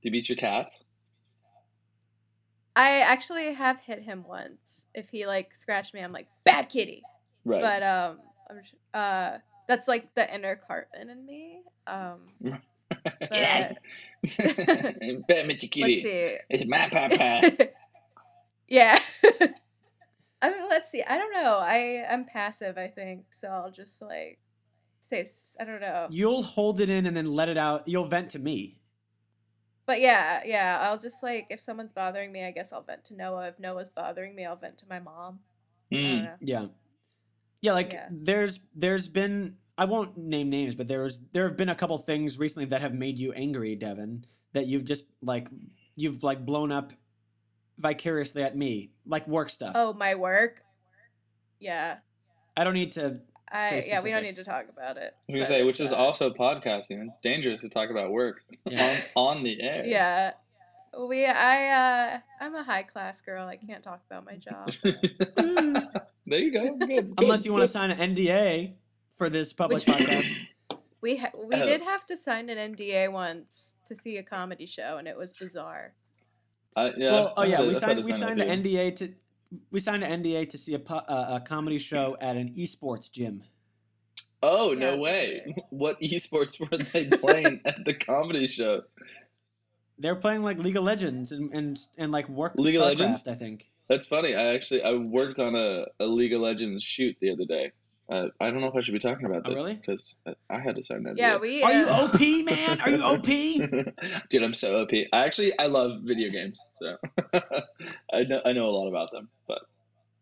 Speaker 5: Do you beat your cats?
Speaker 2: I actually have hit him once. If he like scratched me, I'm like bad kitty.
Speaker 5: Right.
Speaker 2: But um, I'm, sh- uh, that's like the inner Cartman in me. Um,
Speaker 5: Right.
Speaker 2: but,
Speaker 5: Batman
Speaker 2: let's
Speaker 5: Kitty.
Speaker 2: see.
Speaker 5: It's my papa.
Speaker 2: yeah. I mean, let's see. I don't know. I I'm passive. I think so. I'll just like say s- I don't know.
Speaker 1: You'll hold it in and then let it out. You'll vent to me.
Speaker 2: But yeah, yeah. I'll just like if someone's bothering me, I guess I'll vent to Noah. If Noah's bothering me, I'll vent to my mom. I don't
Speaker 5: Mm.
Speaker 2: know.
Speaker 1: Yeah. Yeah, like
Speaker 2: Yeah.
Speaker 1: there's there's been I won't name names, but there's there have been a couple things recently that have made you angry, Devin, that you've just like you've like blown up vicariously at me, like work stuff.
Speaker 2: Oh, my work. Yeah.
Speaker 1: I don't need to
Speaker 2: I yeah. We don't need to
Speaker 1: specifics.
Speaker 2: talk about it.
Speaker 5: I was gonna
Speaker 2: but
Speaker 5: say, which
Speaker 2: it's,
Speaker 5: is
Speaker 2: uh,
Speaker 5: also podcasting. It's dangerous to talk about work
Speaker 1: yeah.
Speaker 5: on, on the air.
Speaker 2: Yeah. We I uh I'm a high class girl. I can't talk about my job.
Speaker 5: There you go. Good,
Speaker 1: Unless
Speaker 5: good,
Speaker 1: you want to
Speaker 5: good.
Speaker 1: sign an NDA for this public
Speaker 2: Which-
Speaker 1: podcast.
Speaker 2: We ha- we
Speaker 5: Oh.
Speaker 2: did have to sign an NDA once to see a comedy show, and it was bizarre.
Speaker 5: I- Uh, yeah,
Speaker 1: well, oh
Speaker 5: I
Speaker 1: yeah,
Speaker 5: thought-
Speaker 1: we
Speaker 5: I thought
Speaker 1: signed
Speaker 5: it
Speaker 1: we
Speaker 5: sounded
Speaker 1: signed
Speaker 5: good.
Speaker 1: an NDA to we signed an NDA to see a, pu- uh, a comedy show at an esports gym.
Speaker 5: Oh
Speaker 2: Yeah,
Speaker 5: no
Speaker 2: it's
Speaker 5: way!
Speaker 2: weird.
Speaker 5: What esports were they playing at the comedy show?
Speaker 1: They're playing like League of Legends and and, and like work with
Speaker 5: League of
Speaker 1: StarCraft,
Speaker 5: Legends?
Speaker 1: I think.
Speaker 5: That's funny. I actually I worked on a, a League of Legends shoot the other day. Uh, I don't know if I should be talking about
Speaker 1: Oh,
Speaker 5: this
Speaker 1: really?
Speaker 5: because I I had to sign that.
Speaker 2: Yeah, we.
Speaker 1: Are you
Speaker 2: uh,
Speaker 1: OP, man? Are you OP?
Speaker 5: Dude, I'm so OP. I actually I love video games, so I know I know a lot about them. But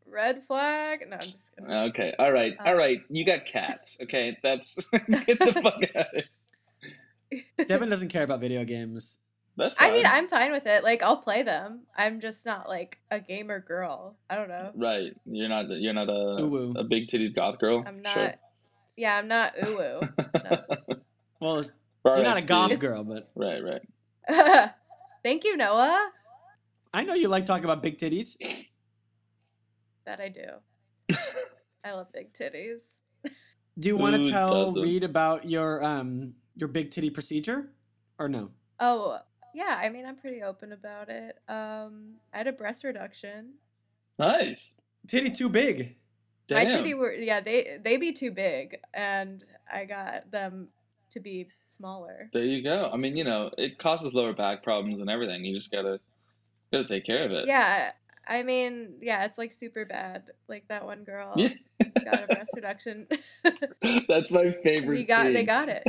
Speaker 2: red flag? No, I'm just kidding.
Speaker 5: okay, all right, all
Speaker 2: Uh.
Speaker 5: right. You got cats, okay? That's get the fuck out. of here.
Speaker 1: Devin doesn't care about video games.
Speaker 5: That's fine.
Speaker 2: I mean, I'm fine with it. Like, I'll play them. I'm just not like a gamer girl. I don't know.
Speaker 5: right. You're not you're not a
Speaker 1: Ooh, woo.
Speaker 5: a big titted goth girl.
Speaker 2: I'm not.
Speaker 5: Sure.
Speaker 2: Yeah, I'm not uwu. No.
Speaker 1: Well,
Speaker 5: All
Speaker 1: you're
Speaker 5: right,
Speaker 1: not a
Speaker 5: Steve.
Speaker 1: goth girl, but
Speaker 5: Right, right.
Speaker 2: Thank you, Noah.
Speaker 1: I know you like talking about big titties.
Speaker 2: That I do. I love big titties.
Speaker 1: Do you want
Speaker 5: Who
Speaker 1: to tell
Speaker 5: doesn't?
Speaker 1: Reed about your um your big titty procedure, or no?
Speaker 2: Oh, yeah. I mean, I'm pretty open about it. Um, I had a breast reduction.
Speaker 5: Nice.
Speaker 1: Titty too big.
Speaker 5: Damn.
Speaker 2: My titty were yeah they they be too big, and I got them to be smaller.
Speaker 5: There you go. I mean, you know, it causes lower back problems and everything. You just gotta gotta take care of it.
Speaker 2: Yeah, I mean, yeah, it's like super bad. Like that one girl
Speaker 5: Yeah.
Speaker 2: got a breast reduction.
Speaker 5: That's my favorite.
Speaker 2: we got they
Speaker 5: scene.
Speaker 2: got it.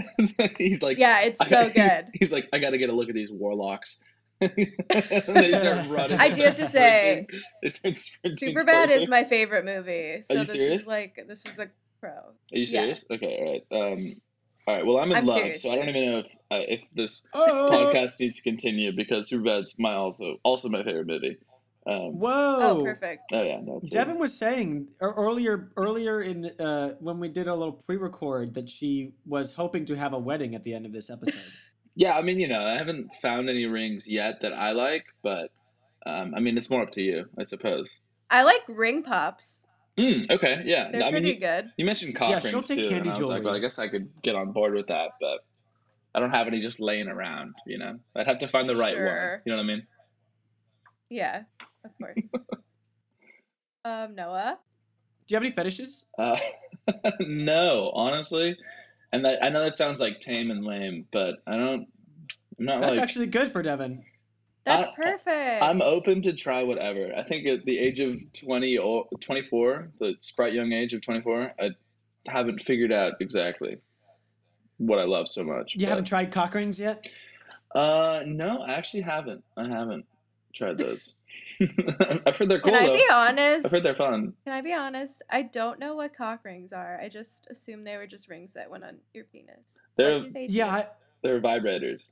Speaker 5: he's like,
Speaker 2: Yeah, it's
Speaker 5: I-
Speaker 2: so good.
Speaker 5: He's like, I gotta get a look at these warlocks. And they start running.
Speaker 1: I
Speaker 5: they
Speaker 1: do
Speaker 5: start
Speaker 1: have to
Speaker 2: say,
Speaker 5: sprinting- they start sprinting
Speaker 2: Superbad
Speaker 5: towards
Speaker 2: is
Speaker 5: her.
Speaker 2: my favorite movie. So
Speaker 5: you
Speaker 2: this
Speaker 5: serious?
Speaker 2: is like this is a pro.
Speaker 5: Are you
Speaker 2: yeah.
Speaker 5: serious? Okay, all right. Um, all right. Well, I'm in
Speaker 2: I'm
Speaker 5: love,
Speaker 2: serious.
Speaker 5: so I don't even know if uh, if this
Speaker 1: Oh,
Speaker 5: podcast needs to continue because Superbad's my also also my favorite movie. Um,
Speaker 1: whoa!
Speaker 2: Oh, perfect.
Speaker 5: oh yeah, no, it's a-
Speaker 1: Devin was saying ear- earlier earlier in uh, when we did a little pre-record that she was hoping to have a wedding at the end of this episode.
Speaker 5: Yeah, I mean, you know, I haven't found any rings yet that I like, but um, I mean, it's more up to you, I suppose.
Speaker 2: I like ring pops.
Speaker 5: Mm, okay, yeah.
Speaker 2: They're
Speaker 5: I mean,
Speaker 2: pretty
Speaker 5: you,
Speaker 2: good.
Speaker 5: you mentioned cock
Speaker 1: Yeah,
Speaker 5: rings
Speaker 1: she'll take
Speaker 5: too,
Speaker 1: candy
Speaker 5: and I was like, well,
Speaker 1: jewelry.
Speaker 5: I guess I could get on board with that, but I don't have any just laying around. You know, I'd have to find the right one.
Speaker 2: Sure.
Speaker 5: You know what I mean?
Speaker 2: Yeah, of course. um, Noah.
Speaker 1: Do you have any fetishes?
Speaker 5: Uh, no, honestly, and that, I know that sounds like tame and lame, but I don't. I'm not
Speaker 1: That's
Speaker 5: like
Speaker 1: actually good for Devin.
Speaker 2: That's
Speaker 5: I-
Speaker 2: perfect.
Speaker 5: I'm open to try whatever. I think at the age of 20 or 24, the sprite young age of 24, I haven't figured out exactly what I love so much.
Speaker 1: You
Speaker 5: but-
Speaker 1: haven't tried cock rings yet?
Speaker 5: Uh, no, I actually haven't. I haven't tried those. I've heard they're cool
Speaker 2: Can I
Speaker 5: though.
Speaker 2: be honest?
Speaker 5: I've heard they're fun.
Speaker 2: Can I be honest? I don't know what cock rings are. I just assume they were just rings that went on your penis.
Speaker 5: They're
Speaker 2: what do they do?
Speaker 1: Yeah. I,
Speaker 5: they're vibrators.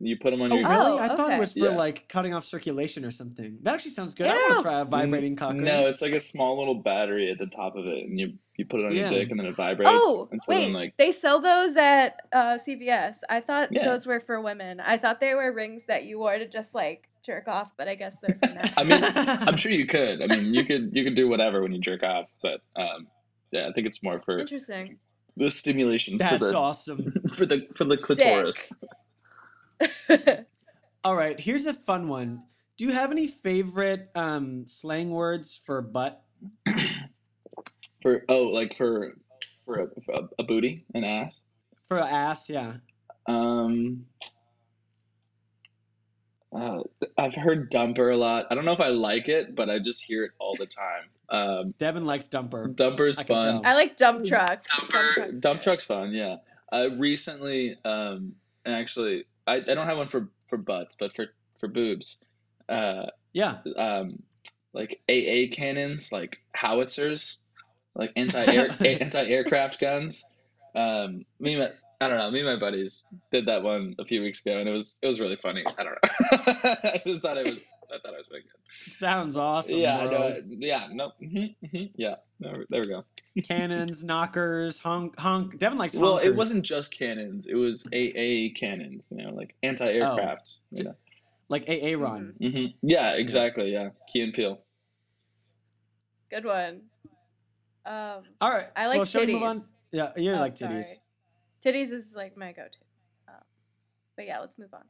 Speaker 5: You put them on
Speaker 1: oh,
Speaker 5: your.
Speaker 1: really?
Speaker 2: Oh,
Speaker 1: I thought it
Speaker 2: okay.
Speaker 1: was for
Speaker 5: Yeah.
Speaker 1: like cutting off circulation or something. That actually sounds good. I want to
Speaker 2: Ew.
Speaker 1: try a vibrating cock ring.
Speaker 5: Mm, No, it's like a small little battery at the top of it, and you you put it on
Speaker 1: Yeah.
Speaker 5: your dick, and then it vibrates.
Speaker 2: Oh,
Speaker 5: and so
Speaker 2: wait.
Speaker 5: then like
Speaker 2: They sell those at uh, CVS. I thought
Speaker 5: Yeah.
Speaker 2: those were for women. I thought they were rings that you wore to just like jerk off, but I guess they're for men.
Speaker 5: I mean, I'm sure you could. I mean, you could you could do whatever when you jerk off, but um, yeah, I think it's more for
Speaker 2: Interesting.
Speaker 5: the stimulation for
Speaker 1: That's
Speaker 5: the
Speaker 1: awesome.
Speaker 5: for the for the clitoris.
Speaker 2: Sick.
Speaker 1: All right, here's a fun one. Do you have any favorite um, slang words for butt?
Speaker 5: For oh, like for for a, for a- a booty, an ass.
Speaker 1: For ass, yeah.
Speaker 5: Um, uh, I've heard dumper a lot. I don't know if I like it, but I just hear it all the time. Um,
Speaker 1: Devin likes dumper.
Speaker 5: dumper's
Speaker 1: I can
Speaker 5: fun.
Speaker 1: tell.
Speaker 2: I like dump truck.
Speaker 5: Dumper,
Speaker 2: truck's
Speaker 5: dump
Speaker 2: good.
Speaker 5: truck's fun. Yeah. I recently, um, and actually, I, I don't have one for for butts, but for for boobs. Uh,
Speaker 1: Yeah.
Speaker 5: um, like AA cannons, like howitzers, like anti air anti aircraft guns. Um, me, and my, I don't know. Me and my buddies did that one a few weeks ago, and it was it was really funny. I don't know. I just thought it was. I thought it was really good.
Speaker 1: Sounds awesome.
Speaker 5: yeah, I
Speaker 1: bro.
Speaker 5: know. Yeah, no. mhm, mhm, yeah, no, there we go.
Speaker 1: Cannons, knockers, honk, honk. Devin likes honkers.
Speaker 5: Well, it wasn't just cannons. It was AA cannons. You know, like anti aircraft. you know.
Speaker 1: like AA
Speaker 2: Mm.
Speaker 1: Ron.
Speaker 5: hmm Yeah, exactly. Yeah, Key and Peele.
Speaker 2: Good one. Um,
Speaker 1: All right.
Speaker 2: I like
Speaker 1: well, shall we move on?
Speaker 2: titties.
Speaker 1: Yeah, you
Speaker 2: Oh,
Speaker 1: like
Speaker 2: sorry.
Speaker 1: titties.
Speaker 2: Titties is like my go-to. Um, but yeah, let's move on.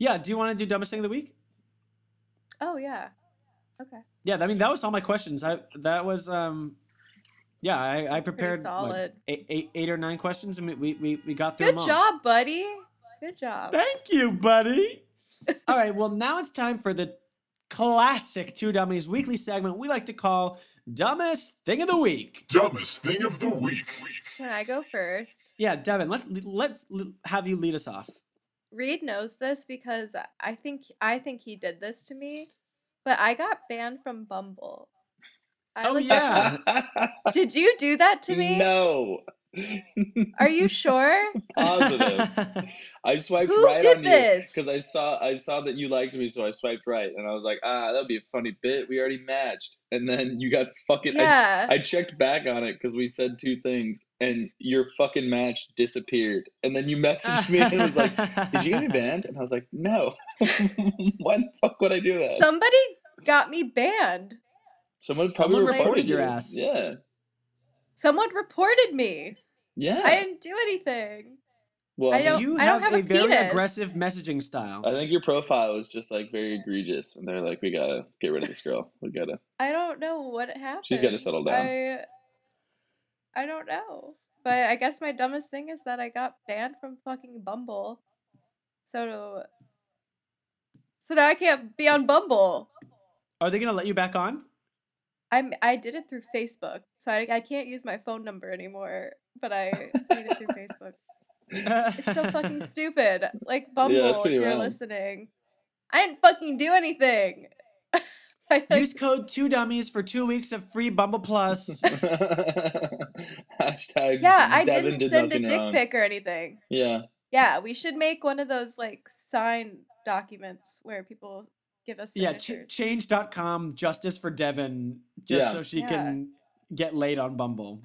Speaker 1: Yeah. Do you want to do dumbest thing of the week?
Speaker 2: Oh yeah. Okay.
Speaker 1: Yeah. I mean, that was all my questions. I that was um, yeah. I, I
Speaker 2: That's pretty
Speaker 1: prepared what,
Speaker 2: solid.
Speaker 1: eight, eight, eight or nine questions, and we we, we, we got through
Speaker 2: Good
Speaker 1: them all.
Speaker 2: job, buddy. Good job.
Speaker 1: Thank you, buddy. All right, well, now it's time for the classic Two Dummies weekly segment we like to call Dumbest Thing of the Week.
Speaker 6: Dumbest thing of the week.
Speaker 2: Can I go first?
Speaker 1: Yeah, Devin, let's let's l- have you lead us off.
Speaker 2: Reed knows this because I- I think I think he did this to me, but I got banned from Bumble. I
Speaker 1: Oh,
Speaker 2: legit-
Speaker 1: yeah.
Speaker 2: Did you do that to me?
Speaker 5: No.
Speaker 2: Are you sure?
Speaker 5: Positive. I swiped
Speaker 2: Who
Speaker 5: right
Speaker 2: did
Speaker 5: on
Speaker 2: this?
Speaker 5: you because I saw I saw that you liked me, so I swiped right, and I was like, ah, that'd be a funny bit. We already matched, and then you got fucking.
Speaker 2: yeah.
Speaker 5: I, I checked back on it because we said two things, and your fucking match disappeared. And then you messaged me and it was like, "Did you get me banned?" And I was like, "No. Why the fuck would I do that?"
Speaker 2: Somebody got me banned.
Speaker 5: Someone probably
Speaker 1: Someone
Speaker 5: reported,
Speaker 1: reported your
Speaker 5: you.
Speaker 1: ass.
Speaker 5: Yeah.
Speaker 2: Someone reported me.
Speaker 5: Yeah.
Speaker 2: I didn't do anything.
Speaker 5: well,
Speaker 2: I
Speaker 5: think-
Speaker 2: don't-
Speaker 1: you
Speaker 2: I
Speaker 1: have,
Speaker 2: don't have
Speaker 1: a,
Speaker 2: a
Speaker 1: very
Speaker 2: penis.
Speaker 1: aggressive messaging
Speaker 5: I
Speaker 1: style.
Speaker 5: think your profile was just like very egregious, and they're like, "We gotta get rid of this girl. We gotta."
Speaker 2: I don't know what happened.
Speaker 5: She's gotta settle down.
Speaker 2: I, I don't know. But I guess my dumbest thing is that I got banned from fucking Bumble. So So now I can't be on Bumble.
Speaker 1: Are they going to let you back on?
Speaker 2: I'm I did it through Facebook. So I, I can't use my phone number anymore, but I did it through Facebook. It's so fucking stupid. Like Bumble, if
Speaker 5: pretty
Speaker 2: you're
Speaker 5: wrong.
Speaker 2: listening. I didn't fucking do anything. I, like,
Speaker 1: Use code two dummies for two weeks of free Bumble Plus.
Speaker 5: Hashtag
Speaker 2: yeah, I
Speaker 5: Devin
Speaker 2: didn't
Speaker 5: did
Speaker 2: send a
Speaker 5: nothing
Speaker 2: dick
Speaker 5: wrong.
Speaker 2: pic or anything.
Speaker 5: Yeah,
Speaker 2: Yeah, we should make one of those like sign documents where people give us
Speaker 1: yeah,
Speaker 2: signatures.
Speaker 1: ch- change.com justice for Devin just
Speaker 5: Yeah.
Speaker 1: so she
Speaker 2: Yeah.
Speaker 1: can get laid on Bumble.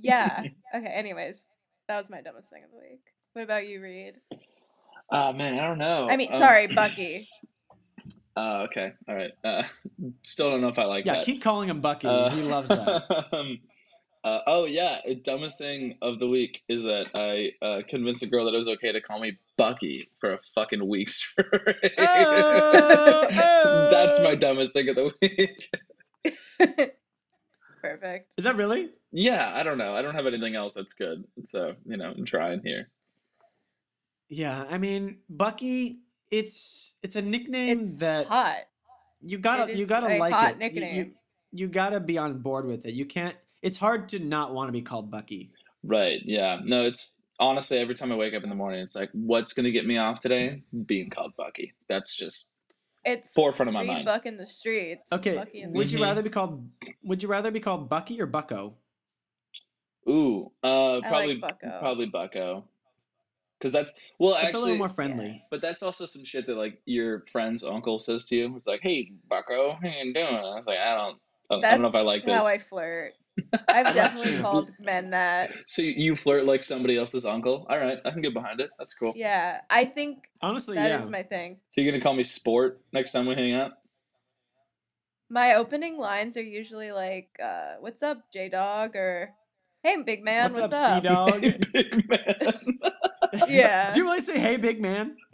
Speaker 2: yeah. Okay. Anyways, that was my dumbest thing of the week. What about you, Reed?
Speaker 5: oh man, I don't know.
Speaker 2: I mean,
Speaker 5: Um,
Speaker 2: sorry, Bucky.
Speaker 5: Oh, okay, all right. Uh, still don't know if I like
Speaker 1: yeah,
Speaker 5: that.
Speaker 1: keep calling him Bucky.
Speaker 5: Uh,
Speaker 1: he loves that.
Speaker 5: um, uh, oh yeah, uh, dumbest thing of the week is that I uh, convinced a girl that it was okay to call me Bucky for a fucking week straight.
Speaker 1: Oh,
Speaker 2: Uh,
Speaker 5: That's my
Speaker 1: oh.
Speaker 5: dumbest thing of the week.
Speaker 2: Perfect.
Speaker 1: Is that really?
Speaker 5: yeah, I don't know. I don't have anything else that's good, so you know, I'm trying here.
Speaker 1: Yeah, I mean Bucky. It's it's a nickname
Speaker 2: It's
Speaker 1: that
Speaker 2: hot.
Speaker 1: you gotta
Speaker 2: it
Speaker 1: you
Speaker 2: is
Speaker 1: gotta
Speaker 2: a
Speaker 1: like
Speaker 2: hot
Speaker 1: it. You- You, you,
Speaker 2: nickname.
Speaker 1: gotta be on board with it. You can't. It's hard to not want to be called Bucky.
Speaker 5: Right. Yeah. No, it's honestly every time I wake up in the morning, it's like, what's gonna get me off today? Being called Bucky. That's just
Speaker 2: It's
Speaker 5: forefront of my
Speaker 2: Reed
Speaker 5: mind.
Speaker 2: Buck in the streets.
Speaker 1: Okay,
Speaker 2: Bucky in the
Speaker 1: would you rather be
Speaker 2: streets.
Speaker 1: called Would you rather be called Bucky or Bucko?
Speaker 5: ooh, uh,
Speaker 2: I
Speaker 5: probably
Speaker 2: like Bucko.
Speaker 5: probably Bucko, because that's well
Speaker 1: It's a little
Speaker 5: actually,
Speaker 1: more friendly.
Speaker 5: but that's also some shit that like your friend's uncle says to you. It's like, hey, Bucko, how you doing? I was like, I don't, I don't- I don't know if I
Speaker 2: That's
Speaker 5: like
Speaker 2: How I
Speaker 5: this.
Speaker 2: flirt. I've definitely called men that.
Speaker 5: So you- you flirt like somebody else's uncle. All right, I can get behind it. That's cool.
Speaker 2: Yeah, I think
Speaker 1: Honestly,
Speaker 2: that is
Speaker 1: yeah.
Speaker 2: my thing.
Speaker 5: So you're gonna call me Sport next time we hang out?
Speaker 2: My opening lines are usually like, uh, "What's up, J Dog?" or "Hey, big man, what's, up?"
Speaker 1: C dog?
Speaker 5: Big man.
Speaker 2: Yeah.
Speaker 1: Do you really say hey, big man?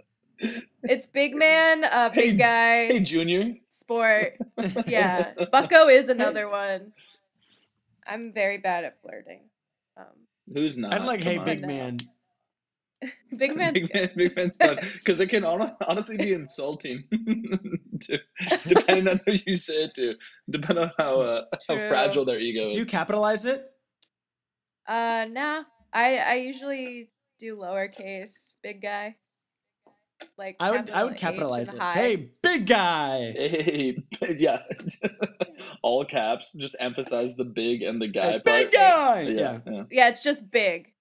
Speaker 2: It's big man, uh, big
Speaker 5: Hey-
Speaker 2: guy,
Speaker 5: Hey, Junior.
Speaker 2: sport. Yeah, Bucko is another one. I'm very bad at flirting. Um,
Speaker 5: Who's not?
Speaker 1: I'd like,
Speaker 5: Come
Speaker 1: hey,
Speaker 5: on.
Speaker 1: big man.
Speaker 2: big man's
Speaker 5: Big
Speaker 2: good.
Speaker 5: man, big man's fun because it can hon- honestly be insulting, to, depending on who you say it to, depending on how uh, how
Speaker 2: True.
Speaker 5: fragile their ego is.
Speaker 1: Do you capitalize it?
Speaker 2: Uh, nah. I I usually do lowercase big guy. Like
Speaker 1: I would. I would
Speaker 2: capital
Speaker 1: capitalize
Speaker 2: H and
Speaker 1: it.
Speaker 2: high.
Speaker 1: Hey, big guy.
Speaker 5: Hey, yeah, all caps. Just emphasize the big and the guy
Speaker 1: Hey,
Speaker 5: part.
Speaker 1: big guy. Yeah.
Speaker 5: Yeah, yeah,
Speaker 2: Yeah, it's just big.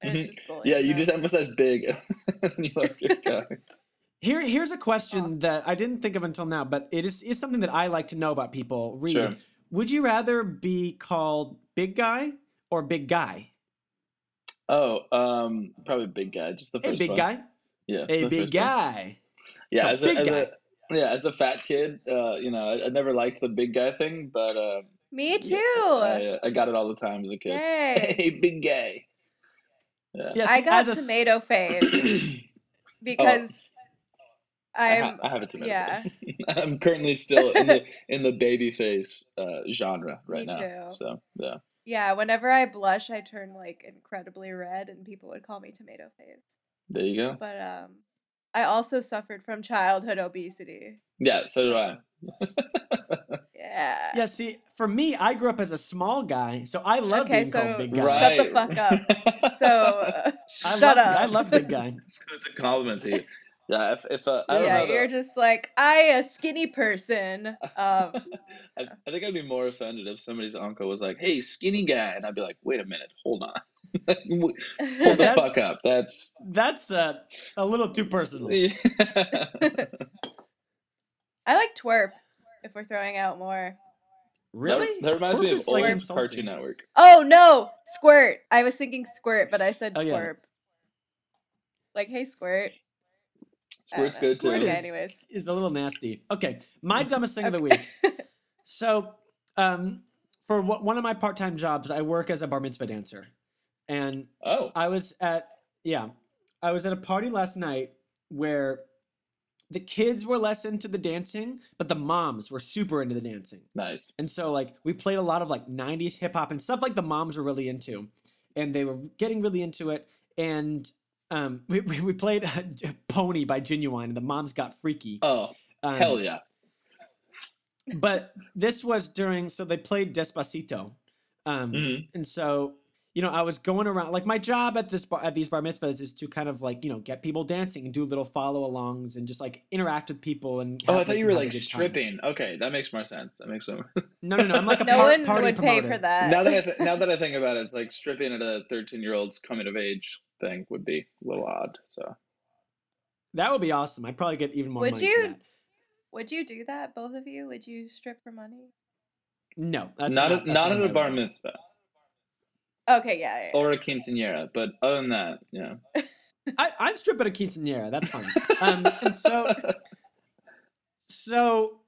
Speaker 2: And
Speaker 5: Mhm.
Speaker 2: it's just bullying,
Speaker 5: yeah. You
Speaker 2: right?
Speaker 5: just emphasize big, and you left your guy.
Speaker 1: Here, here's a question that I didn't think of until now, but it is is something that I like to know about people. Read.
Speaker 5: Sure.
Speaker 1: Would you rather be called big guy or big guy?
Speaker 5: Oh, um, probably big guy. Just the
Speaker 1: Hey,
Speaker 5: first
Speaker 1: big
Speaker 5: one.
Speaker 1: guy.
Speaker 5: Yeah.
Speaker 1: Hey,
Speaker 5: the
Speaker 1: big
Speaker 5: first one.
Speaker 1: guy.
Speaker 5: Yeah,
Speaker 1: So
Speaker 5: as a,
Speaker 1: big
Speaker 5: as
Speaker 1: guy.
Speaker 5: a yeah, as a fat kid, uh, you know, I, I never liked the big guy thing, but uh,
Speaker 2: Me
Speaker 5: Yeah,
Speaker 2: too.
Speaker 1: Oh,
Speaker 5: I, uh, I got it all the time as a kid.
Speaker 2: Yay.
Speaker 5: Hey, big guy. Yeah.
Speaker 1: Yes,
Speaker 2: I got
Speaker 1: as a s- Oh.
Speaker 2: tomato face because
Speaker 1: Uh-huh,
Speaker 5: I, ha-
Speaker 2: I'm
Speaker 5: I have a tomato
Speaker 2: yeah.
Speaker 5: face. I'm currently still in the in the baby face uh, genre right
Speaker 2: Me
Speaker 5: now.
Speaker 2: too.
Speaker 5: So yeah,
Speaker 2: yeah, whenever I blush I turn like incredibly red and people would call me tomato face.
Speaker 5: there you go.
Speaker 2: But um I also suffered from childhood obesity.
Speaker 5: Yeah, so do I.
Speaker 2: Yeah.
Speaker 1: Yeah, see, for me, I grew up as a small guy, so I love
Speaker 2: Okay,
Speaker 1: being called
Speaker 2: so-
Speaker 1: big guy.
Speaker 5: Right.
Speaker 2: the fuck
Speaker 5: up.
Speaker 2: So uh,
Speaker 1: I
Speaker 2: shut
Speaker 1: love,
Speaker 2: up.
Speaker 1: I love big guy.
Speaker 5: it's, it's a compliment to you. Yeah, if, if uh, I don't
Speaker 2: yeah,
Speaker 5: know, though.
Speaker 2: you're just like I a skinny person. Um,
Speaker 5: I, I think I'd be more offended if somebody's uncle was like, "Hey, skinny guy," and I'd be like, "Wait a minute, hold on, hold the
Speaker 1: That's-
Speaker 5: fuck up." That's
Speaker 1: That's uh, a little too personal.
Speaker 2: I like twerp. If we're throwing out more.
Speaker 1: Really?
Speaker 5: That, that reminds me
Speaker 1: Twerp
Speaker 5: of
Speaker 1: is,
Speaker 5: old
Speaker 1: like,
Speaker 5: Cartoon
Speaker 1: insulting.
Speaker 5: Network.
Speaker 2: Oh no, squirt. I was thinking squirt, but I said
Speaker 1: Oh, yeah.
Speaker 2: twerp. Like hey squirt. I don't
Speaker 5: Squirt's
Speaker 2: know.
Speaker 5: good too.
Speaker 1: Squirt
Speaker 2: Okay,
Speaker 1: is-
Speaker 2: anyways.
Speaker 1: Is a little nasty. Okay,
Speaker 2: Mm-hmm.
Speaker 1: my dumbest thing of the week. So, um, for wh- one of my part-time jobs, I work as a bar mitzvah dancer, and
Speaker 5: Oh,
Speaker 1: I was at yeah, I was at a party last night where the kids were less into the dancing, but the moms were super into the dancing.
Speaker 5: nice.
Speaker 1: And so like we played a lot of like 90s hip hop and stuff like the moms were really into. And they were getting really into it. And um, we, we, we played uh, J- Pony by Genuine and the moms got freaky.
Speaker 5: Oh,
Speaker 1: Um,
Speaker 5: hell yeah.
Speaker 1: But this was during, so they played Despacito. Um,
Speaker 5: Mhm.
Speaker 1: And so, you know, I was going around, like my job at this bar, at these bar mitzvahs is to kind of like, you know, get people dancing and do little follow alongs and just like interact with people. And
Speaker 5: Oh,
Speaker 1: have,
Speaker 5: I thought you
Speaker 1: them
Speaker 5: were
Speaker 1: have a
Speaker 5: like
Speaker 1: good time.
Speaker 5: stripping. Okay, that makes more sense. That makes more.
Speaker 1: No, no, no. I'm like a
Speaker 2: No
Speaker 1: par-
Speaker 2: one
Speaker 1: party
Speaker 2: would pay
Speaker 1: promoter.
Speaker 2: for that.
Speaker 5: now that I th- now that I think about it, it's like stripping at a thirteen-year-old's coming-of-age thing would be a little odd. So
Speaker 1: That would be awesome. I'd probably get even more
Speaker 2: Would
Speaker 1: money.
Speaker 2: you-
Speaker 1: For that.
Speaker 2: Would you do that, both of you? Would you strip for money?
Speaker 1: No, that's
Speaker 5: not
Speaker 1: not,
Speaker 5: at,
Speaker 1: that's
Speaker 5: not at
Speaker 1: what I
Speaker 5: a
Speaker 1: would
Speaker 5: bar
Speaker 1: do.
Speaker 5: mitzvah
Speaker 2: Okay, yeah. yeah, yeah.
Speaker 5: or a quinceanera, but other than that, you know.
Speaker 1: I, I'd strip at a quinceanera. That's fine. um, and so, so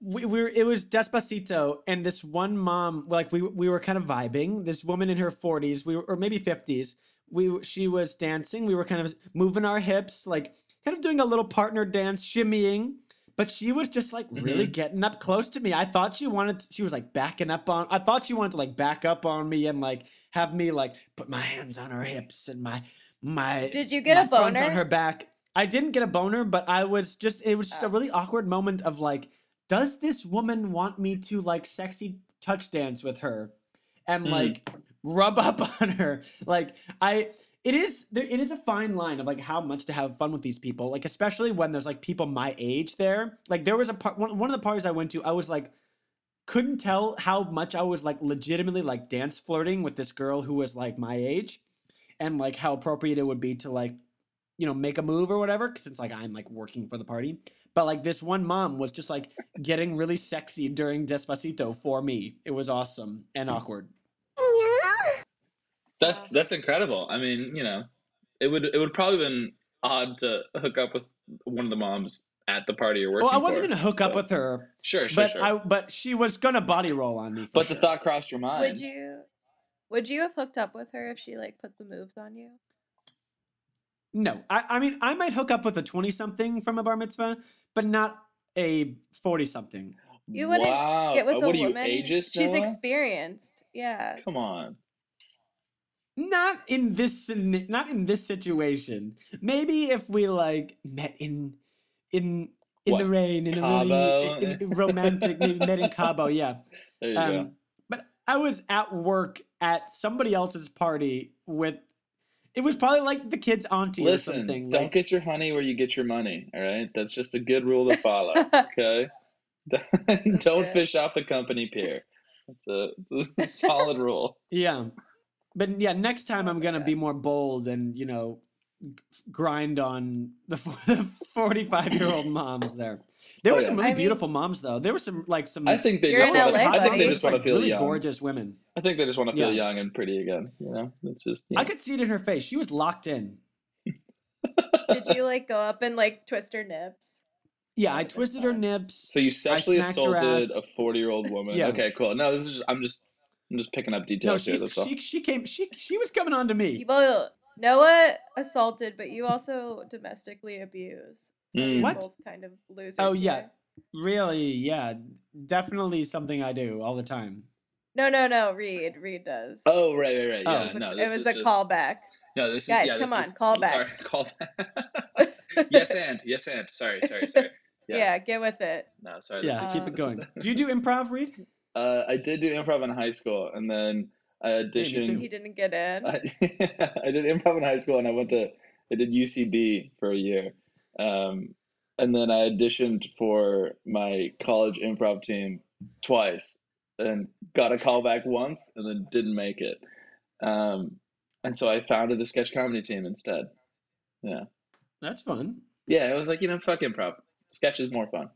Speaker 1: we, we were, it was Despacito, and this one mom, like we we were kind of vibing. This woman in her forties, we were, or maybe fifties. We w- she was dancing. We were kind of moving our hips, like kind of doing a little partner dance, shimmying. But she was just like really getting up close to me. I thought she wanted. To, she was like backing up on. I thought she wanted to like back up on me and like have me like put my hands on her hips and my my
Speaker 2: Did you get a
Speaker 1: my front
Speaker 2: boner?
Speaker 1: on her back. I didn't get a boner, but I was just it was just a
Speaker 2: Oh.
Speaker 1: really awkward moment of like, does this woman want me to like sexy touch dance with her and
Speaker 5: Mm.
Speaker 1: like rub up on her? Like I it is there it is a fine line of like how much to have fun with these people, like especially when there's like people my age there. Like there was a part one, one of the parties I went to, I was like couldn't tell how much I was like legitimately like dance flirting with this girl who was like my age and like how appropriate it would be to like you know make a move or whatever cuz it's like I'm like working for the party but like this one mom was just like getting really sexy during Despacito for me it was awesome
Speaker 5: Mm.
Speaker 1: and awkward
Speaker 5: That
Speaker 2: Wow.
Speaker 5: that's incredible. I mean, you know, it would it would probably been odd to hook up with one of the moms at the party you're working.
Speaker 1: well I wasn't
Speaker 5: for.
Speaker 1: going to hook up
Speaker 5: but-
Speaker 1: with her
Speaker 5: Sure, sure,
Speaker 1: but
Speaker 5: sure.
Speaker 1: I but she was going to body roll on me for
Speaker 5: but
Speaker 1: sure.
Speaker 5: the thought crossed your mind.
Speaker 2: Would you would you have hooked up with her if she like put the moves on you?
Speaker 1: No, I, I mean, I might hook up with a 20 something from a bar mitzvah, but not a 40 something.
Speaker 2: You wouldn't
Speaker 5: wow.
Speaker 2: Get with
Speaker 5: Uh,
Speaker 2: a
Speaker 5: what are
Speaker 2: woman.
Speaker 5: you ageist?
Speaker 2: She's
Speaker 5: Noah?
Speaker 2: experienced. Yeah.
Speaker 5: Come on.
Speaker 1: Not in this, sin- not in this situation. Maybe if we like met in, in, in the
Speaker 5: What,
Speaker 1: rain, in
Speaker 5: Cabo?
Speaker 1: a really in- in romantic, maybe met in Cabo, yeah.
Speaker 5: There you go.
Speaker 1: Um, but I was at work at somebody else's party with, it was probably like the kid's auntie or
Speaker 5: Listen,
Speaker 1: something.
Speaker 5: don't
Speaker 1: like-
Speaker 5: get your honey where you get your money. All right, that's just a good rule to follow. Okay, don't
Speaker 2: it.
Speaker 5: fish off the company pier. That's a, it's a solid rule.
Speaker 1: Yeah. But yeah, next time
Speaker 2: Oh
Speaker 1: I'm
Speaker 2: my
Speaker 1: going to
Speaker 2: God.
Speaker 1: be more bold and, you know, g- grind on the 45 year old moms there. There
Speaker 5: Oh,
Speaker 1: were
Speaker 5: yeah.
Speaker 1: some really
Speaker 2: I mean-
Speaker 1: beautiful moms, though. There were some, like, some.
Speaker 5: I think they
Speaker 2: You're
Speaker 5: just
Speaker 2: in
Speaker 5: wanna-
Speaker 2: LA,
Speaker 5: I think
Speaker 2: buddy.
Speaker 5: they just want to
Speaker 1: like,
Speaker 5: feel
Speaker 1: really
Speaker 5: young.
Speaker 1: gorgeous women.
Speaker 5: I think they just want to feel
Speaker 1: Yeah.
Speaker 5: young and pretty again. You know, it's just
Speaker 1: I
Speaker 5: yeah.
Speaker 1: could see it in her face. She was locked in.
Speaker 2: Did you like go up and like twist her nips?
Speaker 1: Yeah, I
Speaker 2: That'd been
Speaker 1: twisted her
Speaker 2: fun.
Speaker 1: nips.
Speaker 5: So you sexually
Speaker 1: smacked her
Speaker 5: assaulted
Speaker 1: ass.
Speaker 5: a forty-year-old woman.
Speaker 1: Yeah.
Speaker 5: Okay, cool. No, this is just I'm just I'm just picking up
Speaker 1: no,
Speaker 5: details here.
Speaker 1: she's,
Speaker 5: That's all.
Speaker 1: she she came she she was coming on to
Speaker 2: You
Speaker 1: me.
Speaker 2: both Noah assaulted, but you also domestically abused. So
Speaker 5: Mm.
Speaker 2: you're
Speaker 1: What?
Speaker 2: both kind of losers.
Speaker 1: Oh, yeah.
Speaker 2: here.
Speaker 1: Really, yeah, definitely something I do all the time.
Speaker 2: No, no, no. Reed, Reed does.
Speaker 5: Oh right, right, right.
Speaker 1: Oh.
Speaker 5: Yeah,
Speaker 2: it was a,
Speaker 5: no,
Speaker 2: it
Speaker 5: this
Speaker 2: was
Speaker 5: is
Speaker 2: a
Speaker 5: just-
Speaker 2: callback.
Speaker 5: No, this
Speaker 2: Guys,
Speaker 5: is yeah, this
Speaker 2: come
Speaker 5: is-
Speaker 2: on, callbacks.
Speaker 5: Sorry, call yes, and yes, and sorry, sorry, sorry.
Speaker 2: Yeah. get with it.
Speaker 5: No, sorry. This
Speaker 1: Yeah,
Speaker 5: is-
Speaker 1: keep it going. Do you do improv, Reed?
Speaker 5: Uh, I did do improv in high school, and then I auditioned.
Speaker 2: He didn't get in.
Speaker 5: I, I did improv in high school, and I went to I did UCB for a year, um, and then I auditioned for my college improv team twice, and got a call back once, and then didn't make it. Um, and so I founded the sketch comedy team instead.
Speaker 1: That's fun.
Speaker 5: Yeah, I was like, you know, fuck improv. Sketch is more fun.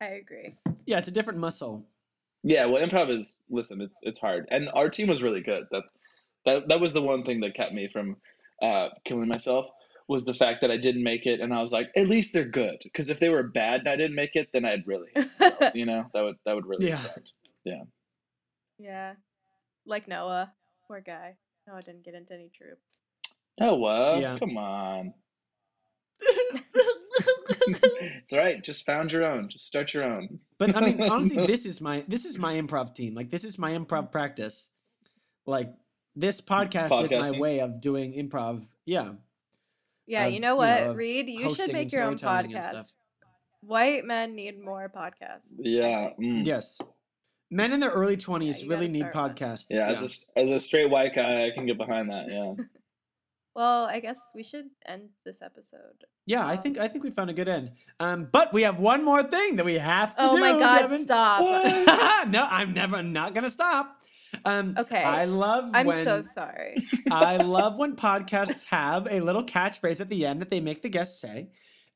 Speaker 2: I agree.
Speaker 1: Yeah, it's a different muscle.
Speaker 5: Yeah, well, improv is listen, it's it's hard, and our team was really good. That that that was the one thing that kept me from uh, killing myself was the fact that I didn't make it, and I was like, at least they're good. Because if they were bad and I didn't make it, then I'd really, you know, that would that would really
Speaker 1: Yeah.
Speaker 5: suck.
Speaker 2: yeah, like Noah, poor guy. Noah didn't get into any troops.
Speaker 5: Oh well,
Speaker 1: Yeah.
Speaker 5: come on. It's all right. Just found your own. Just start your own.
Speaker 1: But I mean, honestly, this is my this is my improv team. Like this is my improv practice. Like this podcast is my
Speaker 5: Podcasting?
Speaker 1: way of doing improv. Yeah.
Speaker 2: Yeah,
Speaker 1: of,
Speaker 2: you
Speaker 1: you know,
Speaker 2: know what,
Speaker 1: of
Speaker 2: Reed? You
Speaker 1: hosting
Speaker 2: should
Speaker 1: and
Speaker 2: make your own
Speaker 1: storytelling and stuff.
Speaker 2: podcast. White men need more podcasts. I
Speaker 5: Yeah.
Speaker 2: think.
Speaker 5: mm.
Speaker 1: Yes. Men in their early twenties
Speaker 2: you gotta
Speaker 1: really need
Speaker 2: start one.
Speaker 1: podcasts.
Speaker 5: Yeah. As a s- as a straight white guy, I can get behind that. Yeah.
Speaker 2: Well, I guess we should end this episode.
Speaker 1: Yeah, I think
Speaker 2: um,
Speaker 1: I think we found a good end. Um, but we have one more thing that we have to
Speaker 2: oh
Speaker 1: do.
Speaker 2: my God!
Speaker 1: Devin.
Speaker 2: Stop.
Speaker 1: Uh, no, I'm never not gonna stop. Um,
Speaker 2: Okay,
Speaker 1: I love
Speaker 2: I'm
Speaker 1: when
Speaker 2: so sorry.
Speaker 1: I love when podcasts have a little catchphrase at the end that they make the guests say,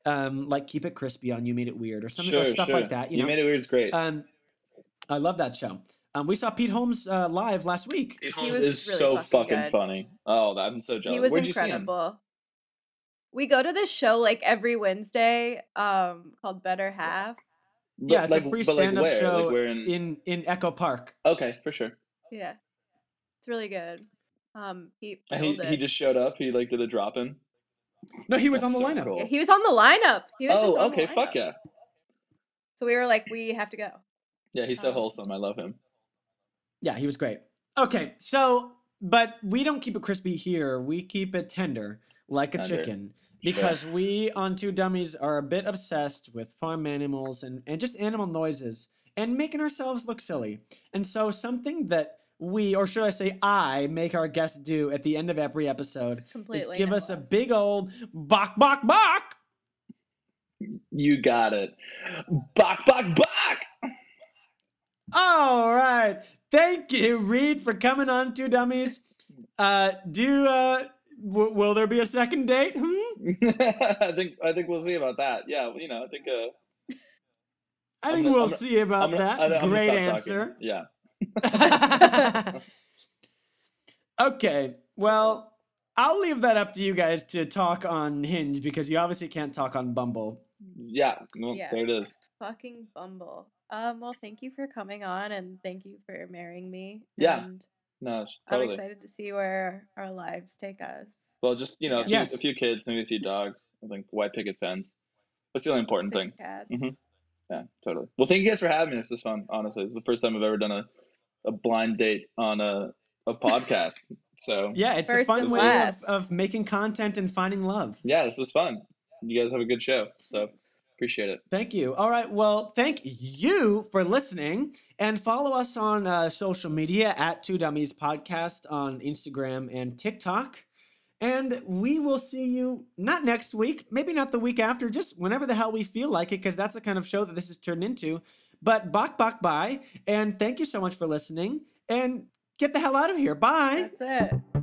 Speaker 1: um, like "Keep it crispy on you made it weird" or something or
Speaker 5: Sure,
Speaker 1: stuff
Speaker 5: sure.
Speaker 1: like that. You,
Speaker 5: You
Speaker 1: know,
Speaker 5: made it weird. It's great.
Speaker 1: um, I love that show. Um, we saw Pete Holmes uh, live last week.
Speaker 5: Pete
Speaker 2: He
Speaker 5: Holmes
Speaker 2: was
Speaker 5: is
Speaker 2: really
Speaker 5: so
Speaker 2: fucking
Speaker 5: fucking
Speaker 2: good.
Speaker 5: funny. Oh, I'm so jealous.
Speaker 2: He was
Speaker 5: Where'd you
Speaker 2: incredible. We go to this show like every Wednesday, um, called Better Half.
Speaker 5: see him?
Speaker 1: Yeah,
Speaker 5: But,
Speaker 1: it's a free
Speaker 5: but,
Speaker 1: stand-up
Speaker 5: where?
Speaker 1: show
Speaker 5: Like, where in...
Speaker 1: In in Echo Park.
Speaker 5: Okay, for sure.
Speaker 2: Yeah, it's really good. Um, he
Speaker 5: And
Speaker 2: killed
Speaker 5: Uh, he,
Speaker 2: it.
Speaker 5: he just showed up. He like did a drop in.
Speaker 1: No, he was
Speaker 5: That's
Speaker 1: on the
Speaker 5: so
Speaker 1: lineup.
Speaker 5: cool.
Speaker 2: Yeah, he was on the lineup. He was just
Speaker 5: Oh,
Speaker 2: on the
Speaker 5: okay. Fuck
Speaker 2: lineup.
Speaker 5: yeah.
Speaker 2: So we were like, we have to go.
Speaker 5: Yeah, he's so
Speaker 2: Um,
Speaker 5: wholesome. I love him.
Speaker 1: Yeah, he was great. Okay, so but we don't keep it crispy here. We keep it tender, like a
Speaker 5: Tender.
Speaker 1: chicken.
Speaker 5: Sure.
Speaker 1: Because we on Two Dummies are a bit obsessed with farm animals and, and just animal noises and making ourselves look silly. And so something that we, or should I say I, make our guests do at the end of every episode
Speaker 2: It's Completely.
Speaker 1: is give
Speaker 2: no
Speaker 1: us a
Speaker 2: one.
Speaker 1: big old bok bok bok.
Speaker 5: You got it. Bok, bok, bok.
Speaker 1: All right. Thank you, Reed, for coming on Two Dummies. Uh, do uh, w- will there be a second date? Hmm?
Speaker 5: I think I think we'll see about that. Yeah, well, you know, I think uh,
Speaker 1: I
Speaker 5: I'm
Speaker 1: think
Speaker 5: gonna-
Speaker 1: we'll
Speaker 5: I'm gonna-
Speaker 1: see about
Speaker 5: I'm gonna,
Speaker 1: that.
Speaker 5: I, I'm gonna
Speaker 1: Great
Speaker 5: stop talking.
Speaker 1: answer.
Speaker 5: Yeah.
Speaker 1: okay. Well, I'll leave that up to you guys to talk on Hinge because you obviously can't talk on Bumble.
Speaker 5: Yeah. Well,
Speaker 2: Yeah.
Speaker 5: There it is.
Speaker 2: fucking bumble. Um, well, thank you for coming on and thank you for marrying me.
Speaker 5: Yeah.
Speaker 2: And
Speaker 5: No,
Speaker 2: I'm
Speaker 5: totally.
Speaker 2: excited to see where our lives take us.
Speaker 5: Well, just you know, a few,
Speaker 1: Yes.
Speaker 5: a few kids, maybe a few dogs. I think why picket fence? That's the only important
Speaker 2: Six
Speaker 5: thing.
Speaker 2: cats.
Speaker 5: Mhm. Yeah, totally. Well, thank you guys for having me. This was fun. Honestly, this is the first time I've ever done a, a blind date on a a podcast. So yeah.
Speaker 1: Yeah, it's
Speaker 2: First
Speaker 1: a fun
Speaker 2: and
Speaker 1: way of,
Speaker 2: last.
Speaker 1: of making content and finding love.
Speaker 5: this was fun. You guys have a good show. So appreciate it.
Speaker 1: Thank you. All right. Well, thank you for listening and follow us on uh, social media at Two Dummies Podcast on Instagram and TikTok. And we will see you not next week, maybe not the week after, just whenever the hell we feel like it, because that's the kind of show that this has turned into. But bok bok bye. And thank you so much for listening. And get the hell out of here. Bye.
Speaker 2: That's it.